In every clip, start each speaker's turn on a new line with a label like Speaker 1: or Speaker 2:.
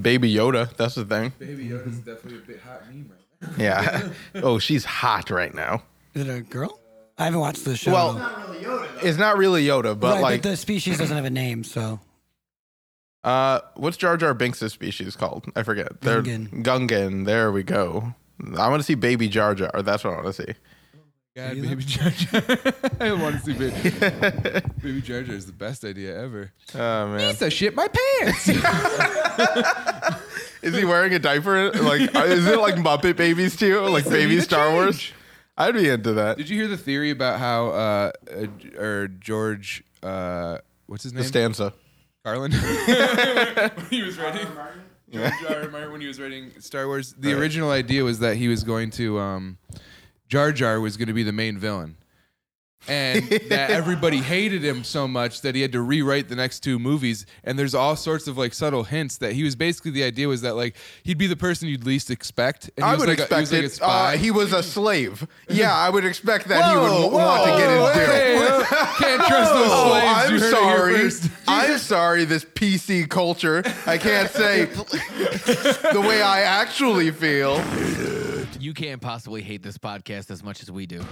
Speaker 1: Baby Yoda. That's the thing.
Speaker 2: Baby Yoda's definitely a bit hot meme right now.
Speaker 1: Yeah. oh, she's hot right now.
Speaker 3: Is it a girl? I haven't watched the show.
Speaker 1: Well,
Speaker 3: right,
Speaker 1: it's not really Yoda, but
Speaker 3: but
Speaker 1: like,
Speaker 3: the species doesn't have a name, so
Speaker 1: uh, what's Jar Jar Binks' species called? I forget. They're
Speaker 3: Gungan.
Speaker 1: Gungan. There we go. I want to see Baby Jar Jar. That's what I want to see.
Speaker 2: God, baby Jar Jar. I want to see baby. baby Jar Jar is the best idea ever.
Speaker 1: Oh man,
Speaker 2: Piece of shit, my pants.
Speaker 1: is he wearing a diaper? Like, uh, is it like Muppet Babies too? Like baby
Speaker 2: the
Speaker 1: Star Wars?
Speaker 2: change.
Speaker 1: I'd be into that.
Speaker 2: Did you hear the theory about how uh, uh or George uh what's his name?
Speaker 1: Stanza.
Speaker 2: Carlin. when he was writing George R. R. Martin when he was writing Star Wars, the original idea was that he was going to um, Jar Jar was going to be the main villain. And that everybody hated him so much that he had to rewrite the next two movies. And there's all sorts of like subtle hints that he was basically the idea was that like he'd be the person you'd least expect. And he
Speaker 1: I
Speaker 2: was
Speaker 1: would
Speaker 2: like a-
Speaker 1: expect
Speaker 2: he was like a
Speaker 1: it.
Speaker 2: spy.
Speaker 1: uh, he Oh, was a slave. Yeah, I would expect that he would w- want to get
Speaker 2: whoa,
Speaker 1: his due.
Speaker 2: hey, oh, can't trust those
Speaker 1: Oh,
Speaker 2: slaves. You
Speaker 1: I'm
Speaker 2: heard it
Speaker 1: sorry.
Speaker 2: here first.
Speaker 1: I'm sorry. This PC culture. I can't say the way I actually feel.
Speaker 4: You can't possibly hate this podcast as much as we do.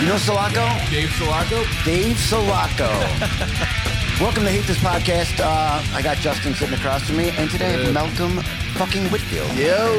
Speaker 5: You know Sulaco?
Speaker 2: Dave Sulaco.
Speaker 5: Dave Sulaco. Welcome to Hate This Podcast. Uh, I got Justin sitting across from me, and today I have Malcolm fucking Whitfield.
Speaker 2: Pretty sure
Speaker 5: Yo,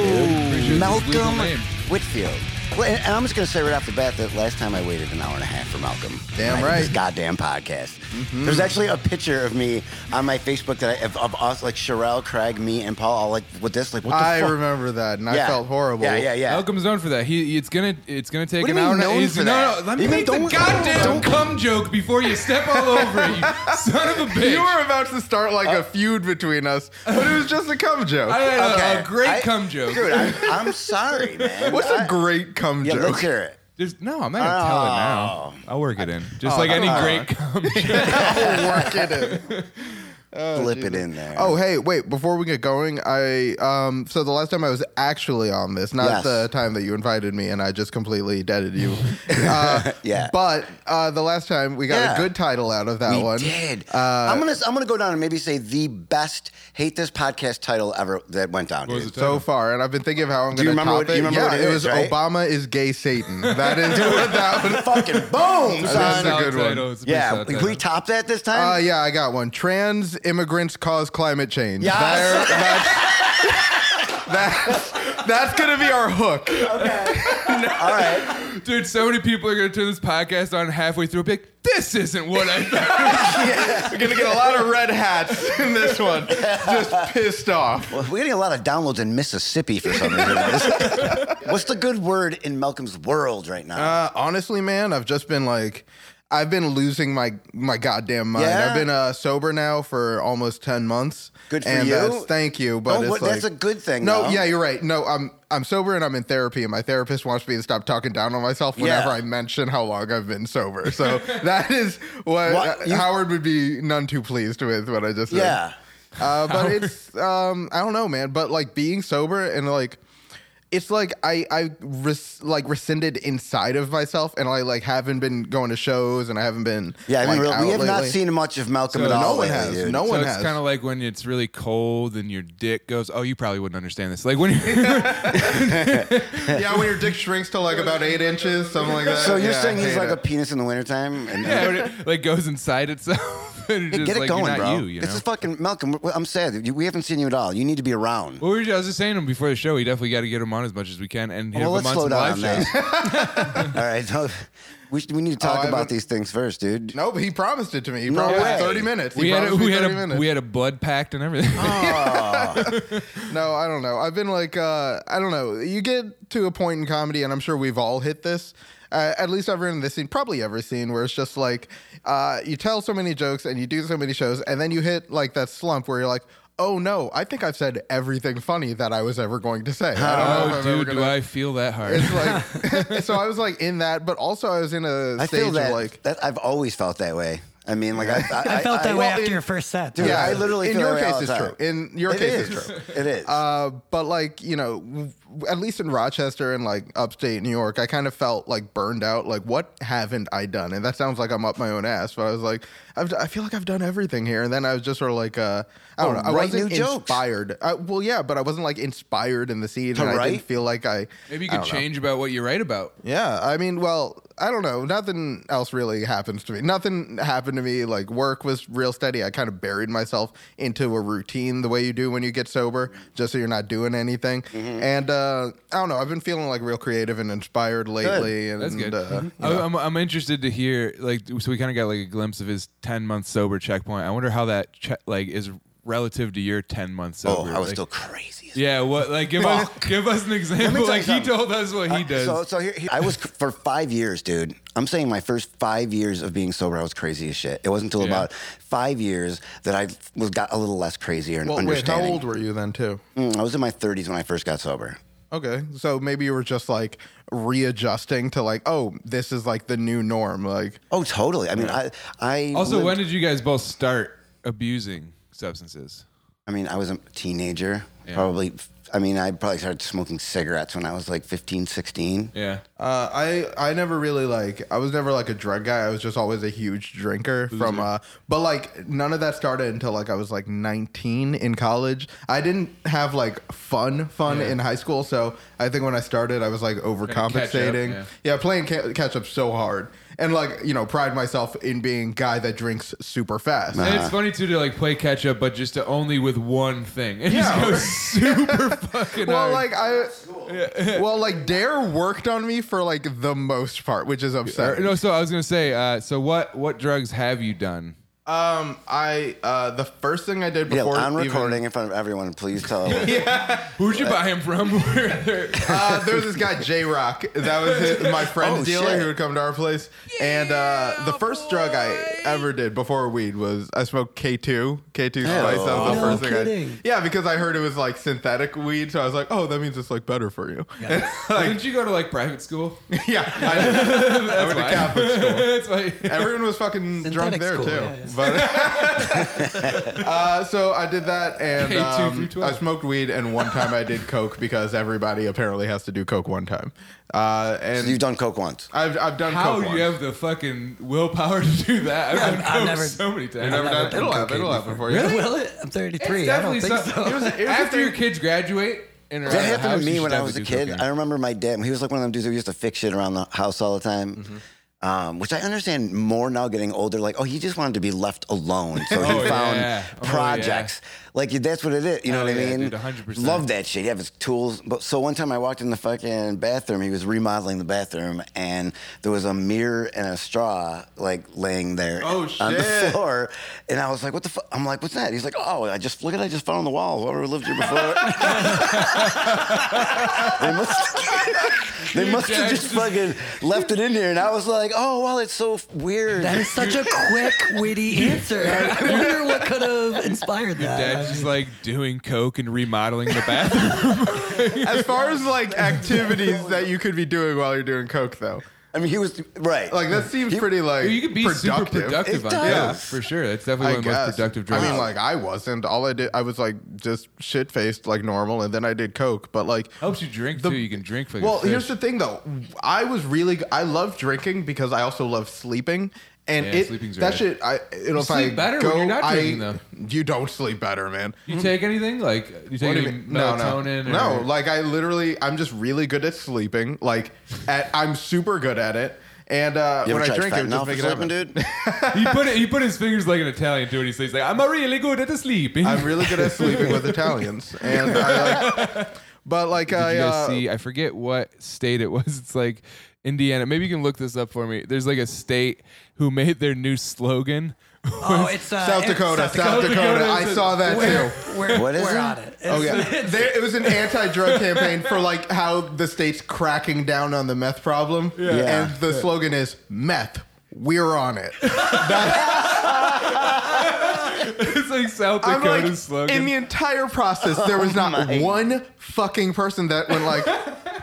Speaker 2: it's his legal
Speaker 5: Malcolm
Speaker 2: name.
Speaker 5: Whitfield. Well, and, and I'm just gonna say right off the bat that last time I waited an hour and a half for Malcolm.
Speaker 1: Damn
Speaker 5: I did
Speaker 1: right. Mm-hmm.
Speaker 5: This goddamn podcast. There's actually a picture of me on my Facebook that I, of, of us, like Sherelle, Craig, me, and Paul, all like with this, like what the
Speaker 1: I
Speaker 5: fuck?
Speaker 1: remember that, and I
Speaker 5: Yeah.
Speaker 1: felt horrible.
Speaker 5: Yeah, yeah, yeah.
Speaker 2: Malcolm's known for that. He it's gonna it's gonna take
Speaker 5: What
Speaker 2: an
Speaker 5: do you mean
Speaker 2: hour. and a-
Speaker 5: known
Speaker 2: he's-
Speaker 5: for
Speaker 2: no,
Speaker 5: that?
Speaker 2: no, let me
Speaker 5: You mean
Speaker 2: make the
Speaker 5: don't-
Speaker 2: goddamn
Speaker 5: don't-
Speaker 2: cum joke before you step all over it. You son of a bitch.
Speaker 1: You were about to start like a feud between us, but it was just a cum joke.
Speaker 2: I had a-
Speaker 5: Okay.
Speaker 2: a, great
Speaker 5: I-
Speaker 2: cum joke.
Speaker 5: Dude, I'm, I'm sorry, man.
Speaker 1: What's a great cum
Speaker 5: yeah,
Speaker 1: joke?
Speaker 5: let's hear it.
Speaker 2: There's, no, I'm not gonna tell it
Speaker 5: Oh.
Speaker 2: now. I'll work it in, just like any great cum joke.
Speaker 1: Work it in.
Speaker 5: Flip it in there.
Speaker 1: Oh hey, wait! Before we get going, I um so the last time I was actually on this, not
Speaker 5: Yes.
Speaker 1: the time that you invited me, and I just completely deaded you. uh,
Speaker 5: Yeah.
Speaker 1: But uh, the last time we got
Speaker 5: Yeah.
Speaker 1: a good title out of that
Speaker 5: we
Speaker 1: one.
Speaker 5: did.
Speaker 1: Uh,
Speaker 5: I'm gonna I'm gonna go down and maybe say the best hate this podcast title ever that went down.
Speaker 2: was
Speaker 5: dude.
Speaker 2: it?
Speaker 1: so far, and I've been thinking of how I'm
Speaker 5: Do you
Speaker 1: going to
Speaker 5: remember
Speaker 1: top
Speaker 5: what-
Speaker 1: it.
Speaker 5: you remember
Speaker 1: yeah,
Speaker 5: what it
Speaker 1: it
Speaker 5: is,
Speaker 1: was
Speaker 5: right?
Speaker 1: Obama is gay Satan. That is what that was.
Speaker 5: Fucking boom,
Speaker 1: That's
Speaker 5: son.
Speaker 1: a good one.
Speaker 5: Yeah, can we top that this
Speaker 1: Uh,
Speaker 5: time?
Speaker 1: yeah, I got one. Trans immigrants cause climate change.
Speaker 5: Yes.
Speaker 1: There- that's, that's that's gonna be our hook.
Speaker 5: All right.
Speaker 2: Dude, so many people are gonna turn this podcast on halfway through. and be like, this isn't what I thought.
Speaker 1: We're gonna get a lot of red hats in this one. Just pissed off.
Speaker 5: Well, we're getting a lot of downloads in Mississippi for some reason. What's the good word in Malcolm's world right now?
Speaker 1: Uh, honestly, man, I've just been like, I've been losing my my goddamn mind.
Speaker 5: Yeah.
Speaker 1: I've been uh, sober now for almost ten months.
Speaker 5: Good for
Speaker 1: and
Speaker 5: you.
Speaker 1: That's, thank you, but
Speaker 5: Oh,
Speaker 1: it's
Speaker 5: what-
Speaker 1: like,
Speaker 5: that's a good thing,
Speaker 1: No,
Speaker 5: though.
Speaker 1: yeah, you're right. No, I'm I'm sober and I'm in therapy, and my therapist wants me to stop talking down on myself whenever
Speaker 5: Yeah.
Speaker 1: I mention how long I've been sober. So that is what,
Speaker 5: What?
Speaker 1: uh,
Speaker 5: You-
Speaker 1: Howard would be none too pleased with what I just said.
Speaker 5: yeah.
Speaker 1: Uh, but it's um, I don't know, man. But like being sober and like it's like I I res- like rescinded inside of myself, and I like haven't been going to shows, and I haven't been
Speaker 5: Yeah, I mean,
Speaker 1: like,
Speaker 5: really- we
Speaker 1: out
Speaker 5: have not
Speaker 1: lately.
Speaker 5: seen much of Malcolm
Speaker 2: So
Speaker 5: at all.
Speaker 1: no one
Speaker 5: lately,
Speaker 1: has
Speaker 5: dude.
Speaker 1: no
Speaker 2: So
Speaker 1: one
Speaker 2: it's
Speaker 1: has
Speaker 2: kind of like when it's really cold and your dick goes. Oh, you probably wouldn't understand this. Like when you're
Speaker 1: yeah when your dick shrinks to like about eight inches something like that.
Speaker 5: So you're
Speaker 1: Yeah, I
Speaker 5: saying he's
Speaker 1: hate
Speaker 5: like
Speaker 1: it.
Speaker 5: a penis in the wintertime? And,
Speaker 2: Yeah, when it, like goes inside itself. and
Speaker 5: Get
Speaker 2: just
Speaker 5: it
Speaker 2: like,
Speaker 5: going,
Speaker 2: you're not
Speaker 5: bro.
Speaker 2: You, you know?
Speaker 5: This is fucking Malcolm. we're- I'm sad. You- We haven't seen you at all. You need to be around.
Speaker 2: Well, we were just, I was just saying to him before the show, we definitely got to get him on as much as we can and hit
Speaker 5: Well,
Speaker 2: him
Speaker 5: let's
Speaker 2: on
Speaker 5: slow
Speaker 2: some
Speaker 5: down
Speaker 2: live
Speaker 5: on
Speaker 2: shows.
Speaker 5: that. All right, so we, should, we need to
Speaker 2: Oh,
Speaker 1: I
Speaker 5: talk about
Speaker 1: haven't-
Speaker 5: these things first, dude.
Speaker 1: nope. He promised it to me. He
Speaker 5: No
Speaker 1: promised
Speaker 5: way.
Speaker 1: thirty minutes. He
Speaker 2: We had, a,
Speaker 1: promised me
Speaker 2: we, had
Speaker 1: 30
Speaker 2: a,
Speaker 1: minutes.
Speaker 2: we had a blood pact and everything.
Speaker 1: No, I don't know. I've been like, uh, I don't know. You get to a point in comedy, and I'm sure we've all hit this. Uh, at least everyone in this scene, probably every scene, where it's just like uh, you tell so many jokes and you do so many shows, and then you hit like that slump where you're like, oh no, I think I've said everything funny that I was ever going to say. I don't know
Speaker 2: oh,
Speaker 1: if I'm ever
Speaker 2: dude, do
Speaker 1: gonna-
Speaker 2: I feel that hard?
Speaker 1: It's like, so I was like in that, but also I was in a
Speaker 5: I
Speaker 1: stage
Speaker 5: feel that,
Speaker 1: of like
Speaker 5: that. I've always felt that way. I mean, like I, I,
Speaker 3: I felt that
Speaker 5: I-
Speaker 3: way
Speaker 5: well,
Speaker 3: after
Speaker 5: in-
Speaker 3: your first set.
Speaker 5: Dude,
Speaker 3: too.
Speaker 5: I literally
Speaker 1: in
Speaker 5: feel
Speaker 1: your
Speaker 5: that way
Speaker 1: case
Speaker 5: all
Speaker 1: it's
Speaker 5: the
Speaker 1: true.
Speaker 5: time.
Speaker 1: In your
Speaker 5: It
Speaker 1: case
Speaker 5: is.
Speaker 1: it's true.
Speaker 5: It is.
Speaker 1: Uh, but like you know, w- at least in Rochester and like upstate New York, I kind of felt like burned out. Like, what haven't I done? And that sounds like I'm up my own ass, but I was like, I've, d- I feel like I've done everything here. And then I was just sort of like, uh, I don't
Speaker 5: Well,
Speaker 1: know, I
Speaker 5: Oh, write
Speaker 1: wasn't
Speaker 5: new jokes.
Speaker 1: inspired. I, well, yeah, but I wasn't like inspired in the scene,
Speaker 5: To
Speaker 1: and I
Speaker 5: write?
Speaker 1: didn't feel like I.
Speaker 2: Maybe you
Speaker 1: I
Speaker 2: could
Speaker 1: don't know.
Speaker 2: change about what you write about.
Speaker 1: Yeah, I mean, well, I don't know. Nothing else really happens to me. Nothing happened to me. Like work was real steady. I kind of buried myself into a routine the way you do when you get sober, just so you're not doing anything.
Speaker 2: Mm-hmm.
Speaker 1: And uh, I don't know. I've been feeling like real creative and inspired lately. And
Speaker 2: That's good. Mm-hmm.
Speaker 1: Uh,
Speaker 2: I, I'm, I'm interested to hear like so we kind of got like a glimpse of his 10 month sober checkpoint. I wonder how that che- like is relative to your 10 month
Speaker 5: oh,
Speaker 2: sober.
Speaker 5: I was
Speaker 2: like-
Speaker 5: still crazy. As
Speaker 2: Yeah, what like give us give us an
Speaker 5: Let me
Speaker 2: example
Speaker 5: tell you
Speaker 2: like he
Speaker 5: something.
Speaker 2: told us what he
Speaker 5: Uh,
Speaker 2: does.
Speaker 5: So, so here, here- I was c- for five years, dude. I'm saying my first five years of being sober, I was crazy as shit. It wasn't until
Speaker 2: Yeah.
Speaker 5: about five years that I was got a little less crazier and
Speaker 1: well, wait, how
Speaker 5: understanding.
Speaker 1: old were you then, too?
Speaker 5: Mm, I was in my 30s when I first got sober.
Speaker 1: Okay, so maybe you were just like readjusting to like, oh, this is like the new norm. Like,
Speaker 5: Oh, totally. I mean, I, I
Speaker 2: also,
Speaker 5: lived-
Speaker 2: when did you guys both start abusing substances?
Speaker 5: I mean, I was a teenager. Probably. I mean, I probably started smoking cigarettes when I was like 15, 16.
Speaker 2: Yeah.
Speaker 1: Uh, I I never really like I was never like a drug guy. I was just always a huge drinker from uh but like none of that started until like I was like 19 in college. I didn't have like fun fun in high school, so I think when I started I was like overcompensating.
Speaker 2: yeah.
Speaker 1: yeah. playing ca- catch up so hard. And like, you know, pride myself in being a guy that drinks super fast.
Speaker 2: And it's funny too to like play catch up, but just to only with one thing. And
Speaker 1: Yeah.
Speaker 2: just go super fucking
Speaker 1: Well,
Speaker 2: hard.
Speaker 1: like I, well, like Dare worked on me for like the most part, which is
Speaker 2: Or-
Speaker 1: upsetting.
Speaker 2: no, so I was gonna say, uh, so what what drugs have you done?
Speaker 1: Um, I uh, the first thing I did
Speaker 5: Yeah,
Speaker 1: before
Speaker 5: on
Speaker 1: even-
Speaker 5: recording in front of everyone. Please tell.
Speaker 2: Who'd you buy him from? Where-
Speaker 1: uh, there was this guy J Rock that was his, my friend's
Speaker 5: Oh,
Speaker 1: dealer
Speaker 5: shit.
Speaker 1: who would come to our place, and uh, the first drug I ever did before weed was I smoked K two K two spice. That was the
Speaker 3: No
Speaker 1: first thing. I,
Speaker 3: kidding.
Speaker 1: yeah, because I heard it was like synthetic weed, so I was like, oh, that means it's like better for you. Yeah,
Speaker 2: Didn't you go to like private school?
Speaker 1: I did.
Speaker 2: That's
Speaker 1: went to
Speaker 2: why.
Speaker 1: Catholic school.
Speaker 2: That's why.
Speaker 1: Everyone was fucking drunk
Speaker 3: Synthetic
Speaker 1: there
Speaker 3: school,
Speaker 1: too.
Speaker 3: yeah, yeah.
Speaker 1: But uh, so I did that, and
Speaker 2: K two
Speaker 1: um,
Speaker 2: through 12.
Speaker 1: I smoked weed, and one time I did coke because everybody apparently has to do coke one time. Uh, and
Speaker 5: You've done coke once.
Speaker 1: I've I've done
Speaker 2: How
Speaker 1: coke.
Speaker 2: do you
Speaker 1: once.
Speaker 2: have the fucking willpower to do that? I've
Speaker 3: Yeah,
Speaker 2: done
Speaker 3: I've
Speaker 2: coke
Speaker 3: never-
Speaker 2: so many times.
Speaker 3: I've
Speaker 1: Never
Speaker 3: I've
Speaker 1: done-
Speaker 3: never
Speaker 1: it'll
Speaker 3: done
Speaker 1: happen.
Speaker 3: cocaine
Speaker 1: It'll happen for you.
Speaker 3: Will it? I'm 33. I don't
Speaker 2: Definitely
Speaker 3: think
Speaker 2: some-
Speaker 3: so.
Speaker 2: it was- it was After your kids graduate and are out
Speaker 5: That
Speaker 2: of the
Speaker 5: happened
Speaker 2: house,
Speaker 5: to
Speaker 2: you
Speaker 5: me
Speaker 2: should
Speaker 5: when I
Speaker 2: have
Speaker 5: was
Speaker 2: to
Speaker 5: a
Speaker 2: do
Speaker 5: kid.
Speaker 2: cocaine.
Speaker 5: I remember my dad. He was like one of them dudes who used to fix shit around the house all the time.
Speaker 2: Mm-hmm.
Speaker 5: Um, which I understand more now getting older. Like, oh, he just wanted to be left alone, so he
Speaker 2: Oh,
Speaker 5: found
Speaker 2: yeah. Oh, yeah.
Speaker 5: projects. Like that's what it is. You
Speaker 2: Hell
Speaker 5: know what I
Speaker 2: yeah,
Speaker 5: mean?
Speaker 2: dude, 100%.
Speaker 5: Love that shit. You have his tools. But so one time I walked in the fucking bathroom. He was remodeling the bathroom, and there was a mirror and a straw like laying there
Speaker 1: Oh,
Speaker 5: on the
Speaker 1: shit.
Speaker 5: floor. And I was like, what the fuck? I'm like, what's that? He's like, oh, I just look at it. I just found on the wall. Whoever lived here before. They must, they
Speaker 2: Dude,
Speaker 5: must have
Speaker 2: Jack
Speaker 5: just
Speaker 2: just-
Speaker 5: fucking left it in here. And I was like, oh, well, it's so f- weird.
Speaker 3: That is such a quick, witty answer. I wonder what could have inspired that.
Speaker 2: Dad's just like doing coke and remodeling the bathroom.
Speaker 1: As far as like activities that you could be doing while you're doing coke, though,
Speaker 5: I mean, he was, right.
Speaker 1: like that seems pretty like
Speaker 2: you could be super productive
Speaker 5: It
Speaker 2: on
Speaker 5: does.
Speaker 2: coke,
Speaker 1: Yeah.
Speaker 2: for sure. That's definitely
Speaker 1: I
Speaker 2: one of the
Speaker 1: guess.
Speaker 2: most productive
Speaker 1: I
Speaker 2: drugs.
Speaker 1: mean, like I wasn't. All I did, I was like just shit faced, like normal, and then I did coke. But like,
Speaker 2: helps you drink
Speaker 1: the-
Speaker 2: too. You can drink for
Speaker 1: Well, here's the thing though. I was really I love drinking because I also love sleeping. And
Speaker 2: Yeah,
Speaker 1: it
Speaker 2: sleeping's
Speaker 1: that
Speaker 2: rad.
Speaker 1: shit I it'll if
Speaker 2: sleep
Speaker 1: I
Speaker 2: better
Speaker 1: go,
Speaker 2: when you're not
Speaker 1: I-
Speaker 2: drinking, though.
Speaker 1: You don't sleep better, man.
Speaker 2: you take anything like you
Speaker 1: What
Speaker 2: take
Speaker 1: do you
Speaker 2: any
Speaker 1: mean? No, no,
Speaker 2: melatonin?
Speaker 1: no.
Speaker 2: or-
Speaker 1: Like I literally, I'm just really good at sleeping. Like, at, I'm super good at it. And uh,
Speaker 5: you
Speaker 1: when
Speaker 5: ever
Speaker 1: I
Speaker 5: tried
Speaker 1: drink, it would
Speaker 5: fentanyl
Speaker 1: just
Speaker 5: for
Speaker 1: make it
Speaker 5: sleeping,
Speaker 1: happen.
Speaker 5: dude?
Speaker 2: he put it, he put his fingers like an Italian to it. He says like, "I'm really good at sleeping."
Speaker 1: I'm really good at sleeping with Italians. And I, like, but like I
Speaker 2: Did you guys
Speaker 1: uh,
Speaker 2: see? I forget what state it was. It's like Indiana. Maybe you can look this up for me. There's like a state who made their new slogan.
Speaker 3: oh, it's uh,
Speaker 1: South
Speaker 3: it's
Speaker 1: Dakota, South
Speaker 2: Dakota.
Speaker 1: Dakota.
Speaker 2: South Dakota
Speaker 1: I
Speaker 2: is
Speaker 1: saw
Speaker 2: a-
Speaker 1: that
Speaker 3: We're,
Speaker 1: too.
Speaker 3: we're,
Speaker 5: What is
Speaker 3: we're
Speaker 5: it?
Speaker 3: on it. It's,
Speaker 1: Oh yeah, there, it was an anti-drug campaign for like how the state's cracking down on the meth problem,
Speaker 5: Yeah.
Speaker 1: and the slogan is "Meth, we're on it." That-
Speaker 2: it's like South
Speaker 1: I'm
Speaker 2: Dakota's
Speaker 1: like,
Speaker 2: slogan.
Speaker 1: in the entire process, there was
Speaker 5: Oh
Speaker 1: not one fucking person that went like,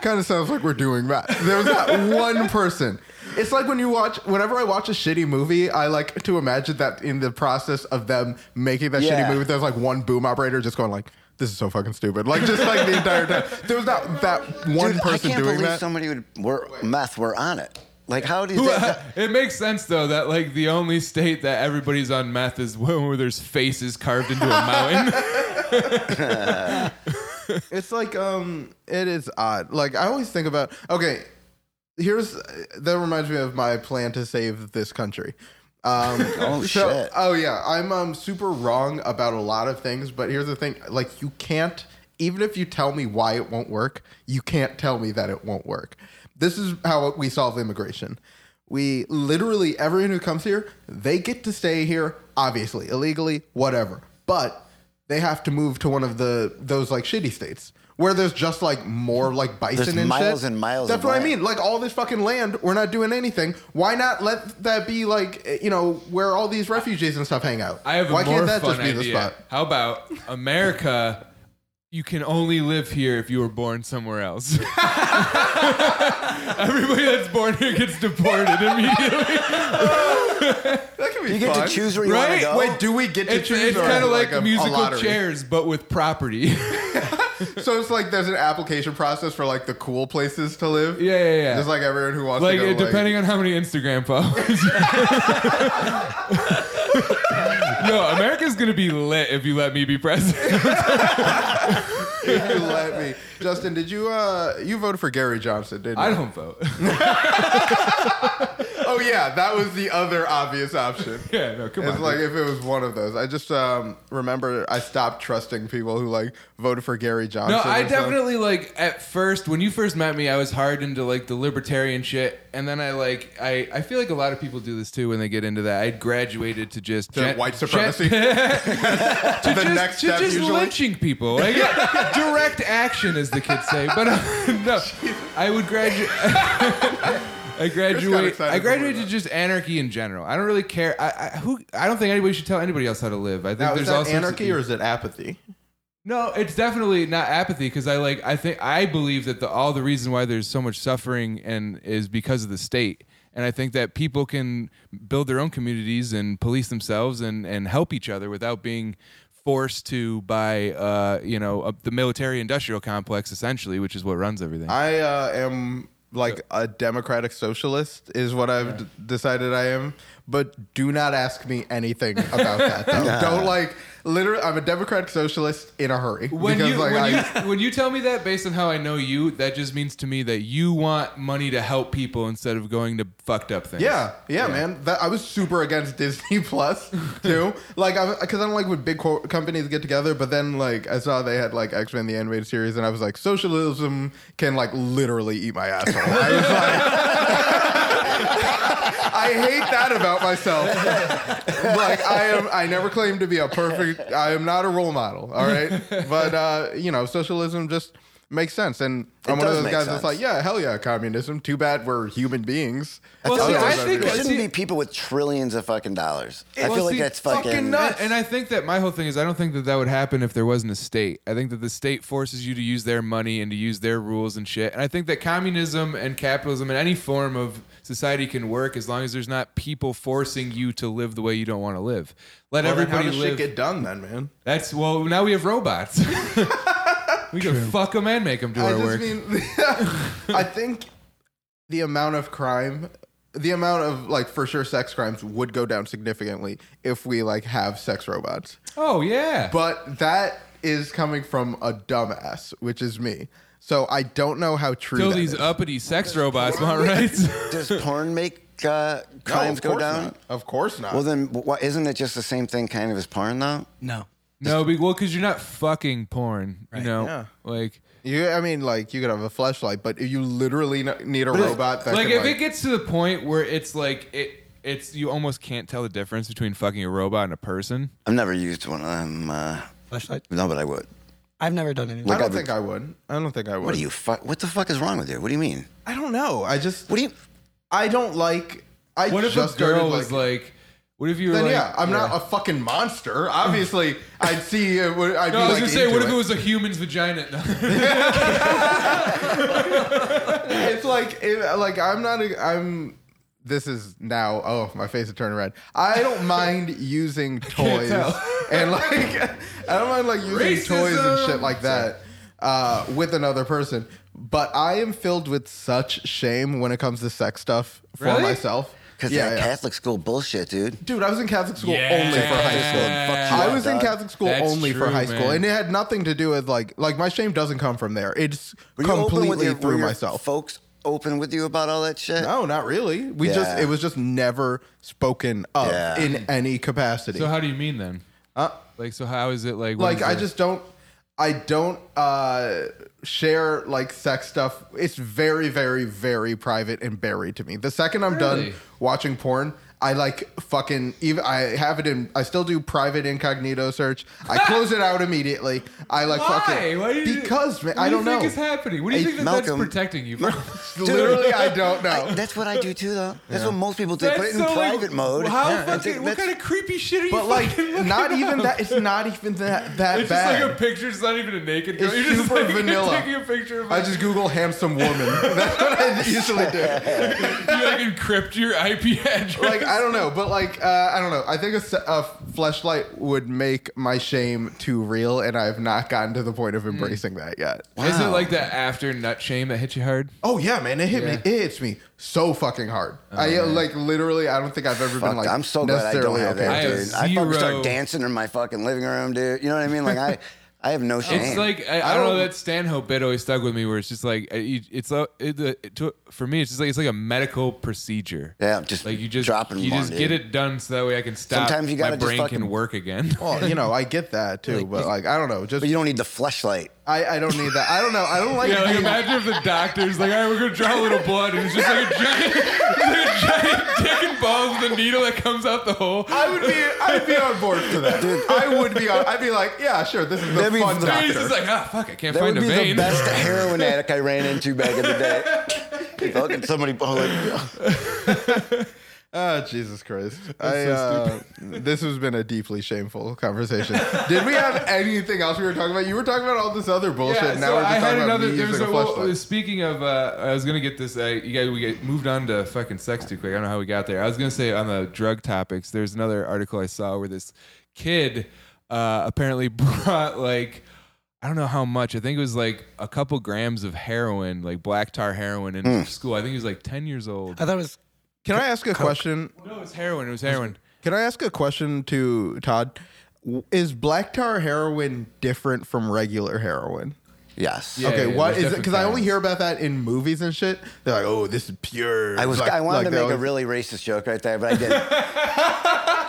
Speaker 1: "Kind of sounds like we're doing meth." There was not one person. It's like when you watch, whenever I watch a shitty movie, I like to imagine that in the process of them making that
Speaker 5: Yeah.
Speaker 1: shitty movie, there's like one boom operator just going like, "This is so fucking stupid." Like just like the entire time, there was not that one
Speaker 5: Dude, I
Speaker 1: person
Speaker 5: can't
Speaker 1: doing
Speaker 5: believe
Speaker 1: that.
Speaker 5: somebody would work meth. We're on it. Like, how do you?
Speaker 2: it makes sense though that like the only state that everybody's on meth is one where there's faces carved into a mountain.
Speaker 1: It's like um, it is odd. Like I always think about. Okay, here's that reminds me of my plan to save this country. Um,
Speaker 5: Oh,
Speaker 1: so-
Speaker 5: shit.
Speaker 1: Oh yeah, I'm um super wrong about a lot of things, but here's the thing: like you can't, even if you tell me why it won't work, you can't tell me that it won't work. This is how we solve immigration. We literally everyone who comes here, they get to stay here, obviously illegally, whatever, but they have to move to one of the those like shitty states. Where there's just like more like bison
Speaker 5: There's
Speaker 1: and
Speaker 5: miles
Speaker 1: shit.
Speaker 5: and miles
Speaker 1: That's
Speaker 5: of
Speaker 1: what I
Speaker 5: land.
Speaker 1: mean like all this fucking land, we're not doing anything. Why not let that be like you know where all these refugees and stuff hang out?
Speaker 2: I have a
Speaker 1: Why
Speaker 2: more
Speaker 1: can't that
Speaker 2: fun
Speaker 1: just be
Speaker 2: idea.
Speaker 1: the spot?
Speaker 2: How about America? You can only live here if you were born somewhere else. Everybody that's born here gets deported immediately.
Speaker 1: That could be
Speaker 5: You get
Speaker 1: fun.
Speaker 5: to choose where you want
Speaker 2: Right?
Speaker 5: to go.
Speaker 1: Wait, do we get to
Speaker 2: It's,
Speaker 1: choose?
Speaker 2: it's
Speaker 1: or
Speaker 2: kind of like,
Speaker 1: a- a
Speaker 2: musical
Speaker 1: lottery?
Speaker 2: chairs, but with property. yeah,
Speaker 1: So it's like there's an application process for like the cool places to live.
Speaker 2: yeah, yeah.
Speaker 1: Just like everyone who wants
Speaker 2: like
Speaker 1: to go.
Speaker 2: it, depending on how many Instagram followers. Yo, America's gonna be lit if you let me be president.
Speaker 1: Like, if you let me. Justin, did you uh you voted for Gary Johnson? Didn't
Speaker 2: I
Speaker 1: you?
Speaker 2: don't vote.
Speaker 1: Oh yeah, that was the other obvious option.
Speaker 2: yeah, no, come
Speaker 1: It's
Speaker 2: on.
Speaker 1: like if it was one of those. I just um, remember I stopped trusting people who like voted for Gary Johnson.
Speaker 2: No,
Speaker 1: or
Speaker 2: I
Speaker 1: something.
Speaker 2: definitely like at first when you first met me, I was hard into like the libertarian shit, and then I like I I feel like a lot of people do this too when they get into that. I graduated to just
Speaker 1: To
Speaker 2: gen-
Speaker 1: white
Speaker 2: gen-
Speaker 1: supremacy.
Speaker 2: to
Speaker 1: the
Speaker 2: just,
Speaker 1: next
Speaker 2: to
Speaker 1: step
Speaker 2: just
Speaker 1: usually.
Speaker 2: lynching people, like direct action, as the kids say. But uh, no, I would graduate. I graduate.
Speaker 1: excited
Speaker 2: I graduated
Speaker 1: before
Speaker 2: to just anarchy in general. I don't really care. I, I who I don't think anybody should tell anybody else how to live. I think
Speaker 1: Now,
Speaker 2: there's
Speaker 1: is that
Speaker 2: all sorts of-
Speaker 1: anarchy or is it apathy?
Speaker 2: no, it's definitely not apathy because I like I think I believe that the all the reason why there's so much suffering and is because of the state. And I think that people can build their own communities and police themselves and and help each other without being forced to by uh you know uh, the military industrial complex essentially, which is what runs everything.
Speaker 1: I uh, am like a democratic socialist is what I've d- decided I am. But do not ask me anything about that. Though. Don't like literally. I'm a democratic socialist in a hurry
Speaker 2: when
Speaker 1: because
Speaker 2: you,
Speaker 1: like
Speaker 2: when,
Speaker 1: I.
Speaker 2: you, when you tell me that based on how I know you, that just means to me that you want money to help people instead of going to fucked up things.
Speaker 1: yeah, yeah, man. That, I was super against Disney Plus too. like, because I, don't like when big co- companies get together. But then, like, I saw they had like X Men the animated series, and I was like, socialism can like literally eat my asshole. I was like, I hate that about myself. like I am I never claim to be a perfect I am not a role model, all right? But uh, you know, socialism just makes sense and I'm one of
Speaker 5: does
Speaker 1: those
Speaker 5: make
Speaker 1: guys
Speaker 5: sense.
Speaker 1: that's like, yeah, hell yeah, communism. Too bad we're human beings.
Speaker 2: Well, see,
Speaker 1: Otherwise,
Speaker 2: I
Speaker 1: I'd
Speaker 2: think
Speaker 1: be
Speaker 5: There
Speaker 1: like,
Speaker 5: shouldn't
Speaker 2: see-
Speaker 5: be people with trillions of fucking dollars. I
Speaker 2: Well,
Speaker 5: feel like
Speaker 2: see,
Speaker 5: that's fucking,
Speaker 2: nuts. And I think that my whole thing is I don't think that that would happen if there wasn't a state. I think that the state forces you to use their money and to use their rules and shit. And I think that communism and capitalism and any form of society can work as long as there's not people forcing you to live the way you don't want to live. Let
Speaker 1: well, then how
Speaker 2: everybody
Speaker 1: does
Speaker 2: live.
Speaker 1: shit get done then, man?
Speaker 2: That's well. Now we have robots. we can fuck them and make them do
Speaker 1: I
Speaker 2: our
Speaker 1: just
Speaker 2: work.
Speaker 1: mean I think the amount of crime the amount of like for sure sex crimes would go down significantly if we like have sex robots.
Speaker 2: oh yeah.
Speaker 1: But that is coming from a dumbass, which is me. So I don't know how true
Speaker 2: Till
Speaker 1: that
Speaker 2: these
Speaker 1: is.
Speaker 2: uppity sex robots want rights.
Speaker 5: does porn make uh,
Speaker 1: No, of
Speaker 5: crimes go
Speaker 1: course
Speaker 5: down?
Speaker 1: not. Of course not.
Speaker 5: Well, then, wh- why, isn't it just the same thing kind of as porn though?
Speaker 3: No.
Speaker 2: no, be, well, because you're not fucking porn. You know,
Speaker 1: Yeah.
Speaker 2: like.
Speaker 1: you, I mean, like you could have a flashlight, but you literally n- need a robot that
Speaker 2: like
Speaker 1: can,
Speaker 2: if it gets to the point where it's like it it's you almost can't tell the difference between fucking a robot and a person
Speaker 5: I've never used one of them. Uh,
Speaker 3: Flashlight.
Speaker 5: no, but I would.
Speaker 3: I've never done anything.
Speaker 1: I don't
Speaker 5: I would-
Speaker 1: think I would. I don't think I would.
Speaker 5: What do you? Fu- what the fuck is wrong with you? What do you mean?
Speaker 1: I don't know. I just.
Speaker 5: What do you?
Speaker 1: I don't like. I
Speaker 2: what if
Speaker 1: just
Speaker 2: a girl
Speaker 1: started,
Speaker 2: was like what if you were
Speaker 1: Then
Speaker 2: like
Speaker 1: yeah, I'm not a fucking monster. Obviously, I'd see. It, would- I'd
Speaker 2: no,
Speaker 1: be
Speaker 2: I was
Speaker 1: like
Speaker 2: gonna say, what
Speaker 1: into
Speaker 2: if it was a human's vagina? No.
Speaker 1: it's like it, like I'm not a, I'm this is now oh my face is turning red. I don't mind using toys and like I don't mind like using toys and shit
Speaker 2: Racism.
Speaker 1: like that uh, with another person. But I am filled with such shame when it comes to sex stuff for
Speaker 2: Really?
Speaker 1: myself.
Speaker 5: Because that Catholic school bullshit, dude.
Speaker 1: Dude, I was in Catholic school
Speaker 2: Yeah.
Speaker 1: only for high
Speaker 5: Catholic
Speaker 1: school.
Speaker 5: school, fuck you
Speaker 1: I
Speaker 5: up,
Speaker 1: was in
Speaker 5: dog.
Speaker 1: Catholic school
Speaker 2: That's
Speaker 1: only for
Speaker 2: true,
Speaker 1: high school,
Speaker 2: man.
Speaker 1: and it had nothing to do with like like my shame doesn't come from there. It's
Speaker 5: Were you open with
Speaker 1: completely
Speaker 5: your, were
Speaker 1: through
Speaker 5: your
Speaker 1: myself.
Speaker 5: Folks open with you about all that shit.
Speaker 1: no, not really. We just
Speaker 5: Yeah.
Speaker 1: it was just never spoken of
Speaker 5: Yeah.
Speaker 1: in any capacity.
Speaker 2: So how do you mean then?
Speaker 1: Uh,
Speaker 2: Like so, how is it like? what
Speaker 1: like
Speaker 2: is
Speaker 1: I
Speaker 2: it-
Speaker 1: just don't I don't uh share like sex stuff. It's very very very private and buried to me. The second I'm done
Speaker 2: Really?
Speaker 1: watching porn, I like fucking even I have it in I still do private incognito search. I close it out immediately. I like
Speaker 2: Why?
Speaker 1: fucking
Speaker 2: Why do you,
Speaker 1: because man,
Speaker 2: what
Speaker 1: I
Speaker 2: do
Speaker 1: don't
Speaker 2: you think
Speaker 1: know.
Speaker 2: is happening? What do you
Speaker 5: Hey,
Speaker 2: think that
Speaker 5: Malcolm.
Speaker 2: that's protecting you from?
Speaker 1: Literally I don't know.
Speaker 5: I- that's what I do too, though. That's what most people do. Put it in
Speaker 2: so, like,
Speaker 5: private mode.
Speaker 2: How
Speaker 5: Yeah, that's
Speaker 2: fucking,
Speaker 5: it.
Speaker 2: what
Speaker 5: That's-
Speaker 2: kind of creepy shit are you
Speaker 1: but like
Speaker 2: fucking looking
Speaker 1: not even
Speaker 2: up?
Speaker 1: that it's not even that that
Speaker 2: It's
Speaker 1: bad.
Speaker 2: just like a picture. It's not even a naked girl.
Speaker 1: It's
Speaker 2: You're just
Speaker 1: super
Speaker 2: like,
Speaker 1: vanilla.
Speaker 2: Taking a picture of
Speaker 1: I
Speaker 2: like,
Speaker 1: just Google handsome woman. That's what I usually do.
Speaker 2: you like encrypt your IP address.
Speaker 1: like I don't know, but like uh, I don't know. I think a, se- a fleshlight would make my shame too real, and I have not gotten to the point of embracing that yet.
Speaker 2: Is it
Speaker 5: Wow.
Speaker 2: like that after nut shame that hit you hard?
Speaker 1: Oh yeah, man, it hit me.
Speaker 2: Yeah.
Speaker 1: It hits me so fucking hard. I uh, like literally. I don't think I've ever
Speaker 5: Fuck,
Speaker 1: been like.
Speaker 5: I'm so glad I don't
Speaker 1: necessarily
Speaker 5: have
Speaker 1: okay
Speaker 5: that,
Speaker 1: with
Speaker 2: I
Speaker 1: it.
Speaker 5: dude. I, fucking
Speaker 2: zero-
Speaker 5: start dancing in my fucking living room, dude. You know what I mean? Like I, I have no shame.
Speaker 2: It's like I, I, don't know that Stanhope bit always stuck with me, where it's just like I- you- it's a, it, it, to, for me, it's just like it's like a medical procedure.
Speaker 5: Yeah, just
Speaker 2: like you just
Speaker 5: dropping
Speaker 2: you
Speaker 5: one,
Speaker 2: just
Speaker 5: dude.
Speaker 2: get it done so that way I can stop.
Speaker 5: Sometimes you
Speaker 2: my
Speaker 5: gotta just
Speaker 2: brain can
Speaker 5: fucking-
Speaker 2: work again.
Speaker 1: Well, oh, you know, I get that too, but like I don't know. Just
Speaker 5: But you don't need the fleshlight.
Speaker 1: I, I don't need that. I don't know. I don't like.
Speaker 2: Yeah, like
Speaker 1: being-
Speaker 2: imagine if the doctor's like, all right, we're gonna draw a little blood, and it's just like a giant, it's like a giant dick and balls with a needle that comes out the hole.
Speaker 1: I would be I'd be on board for that. I would be on. I'd be like, yeah, sure. This is the
Speaker 5: That'd be
Speaker 1: fun
Speaker 5: the-
Speaker 2: And he's
Speaker 1: doctor.
Speaker 2: just like, ah, fuck, I can't
Speaker 5: That
Speaker 2: find
Speaker 5: would
Speaker 2: a
Speaker 5: be
Speaker 2: vein.
Speaker 5: the best heroin addict I ran into back in the day. fucking somebody, oh, like,
Speaker 1: Oh, Jesus Christ. I, uh, this has been a deeply shameful conversation. Did we have anything else we were talking about? You were talking about all this other bullshit.
Speaker 2: Yeah,
Speaker 1: and now
Speaker 2: so
Speaker 1: we're just
Speaker 2: I had
Speaker 1: talking about
Speaker 2: another.
Speaker 1: me
Speaker 2: There was
Speaker 1: using
Speaker 2: a,
Speaker 1: a
Speaker 2: well,
Speaker 1: flashlight.
Speaker 2: speaking of, uh, I was gonna get this. Uh, you guys, we get moved on to fucking sex too quick. I don't know how we got there. I was gonna say on the drug topics. There's another article I saw where this kid uh, apparently brought like. I don't know how much. I think it was like a couple grams of heroin, like black tar heroin, in
Speaker 1: Hmm.
Speaker 2: school. I think he was like ten years old.
Speaker 3: I thought it was.
Speaker 1: Can I ask a question?
Speaker 2: No, it was heroin. It was heroin.
Speaker 1: Can I ask a question to Todd? W- Is black tar heroin different from regular heroin?
Speaker 5: yes.
Speaker 2: Yeah,
Speaker 1: okay, what is
Speaker 2: there's
Speaker 1: it?
Speaker 2: different
Speaker 1: Because I only
Speaker 2: kinds.
Speaker 1: hear about that in movies and shit. They're like, oh, this is pure.
Speaker 5: I was.
Speaker 1: black-
Speaker 5: I
Speaker 1: like
Speaker 5: wanted
Speaker 1: they
Speaker 5: to make a
Speaker 1: always-
Speaker 5: really racist joke right there, but I didn't.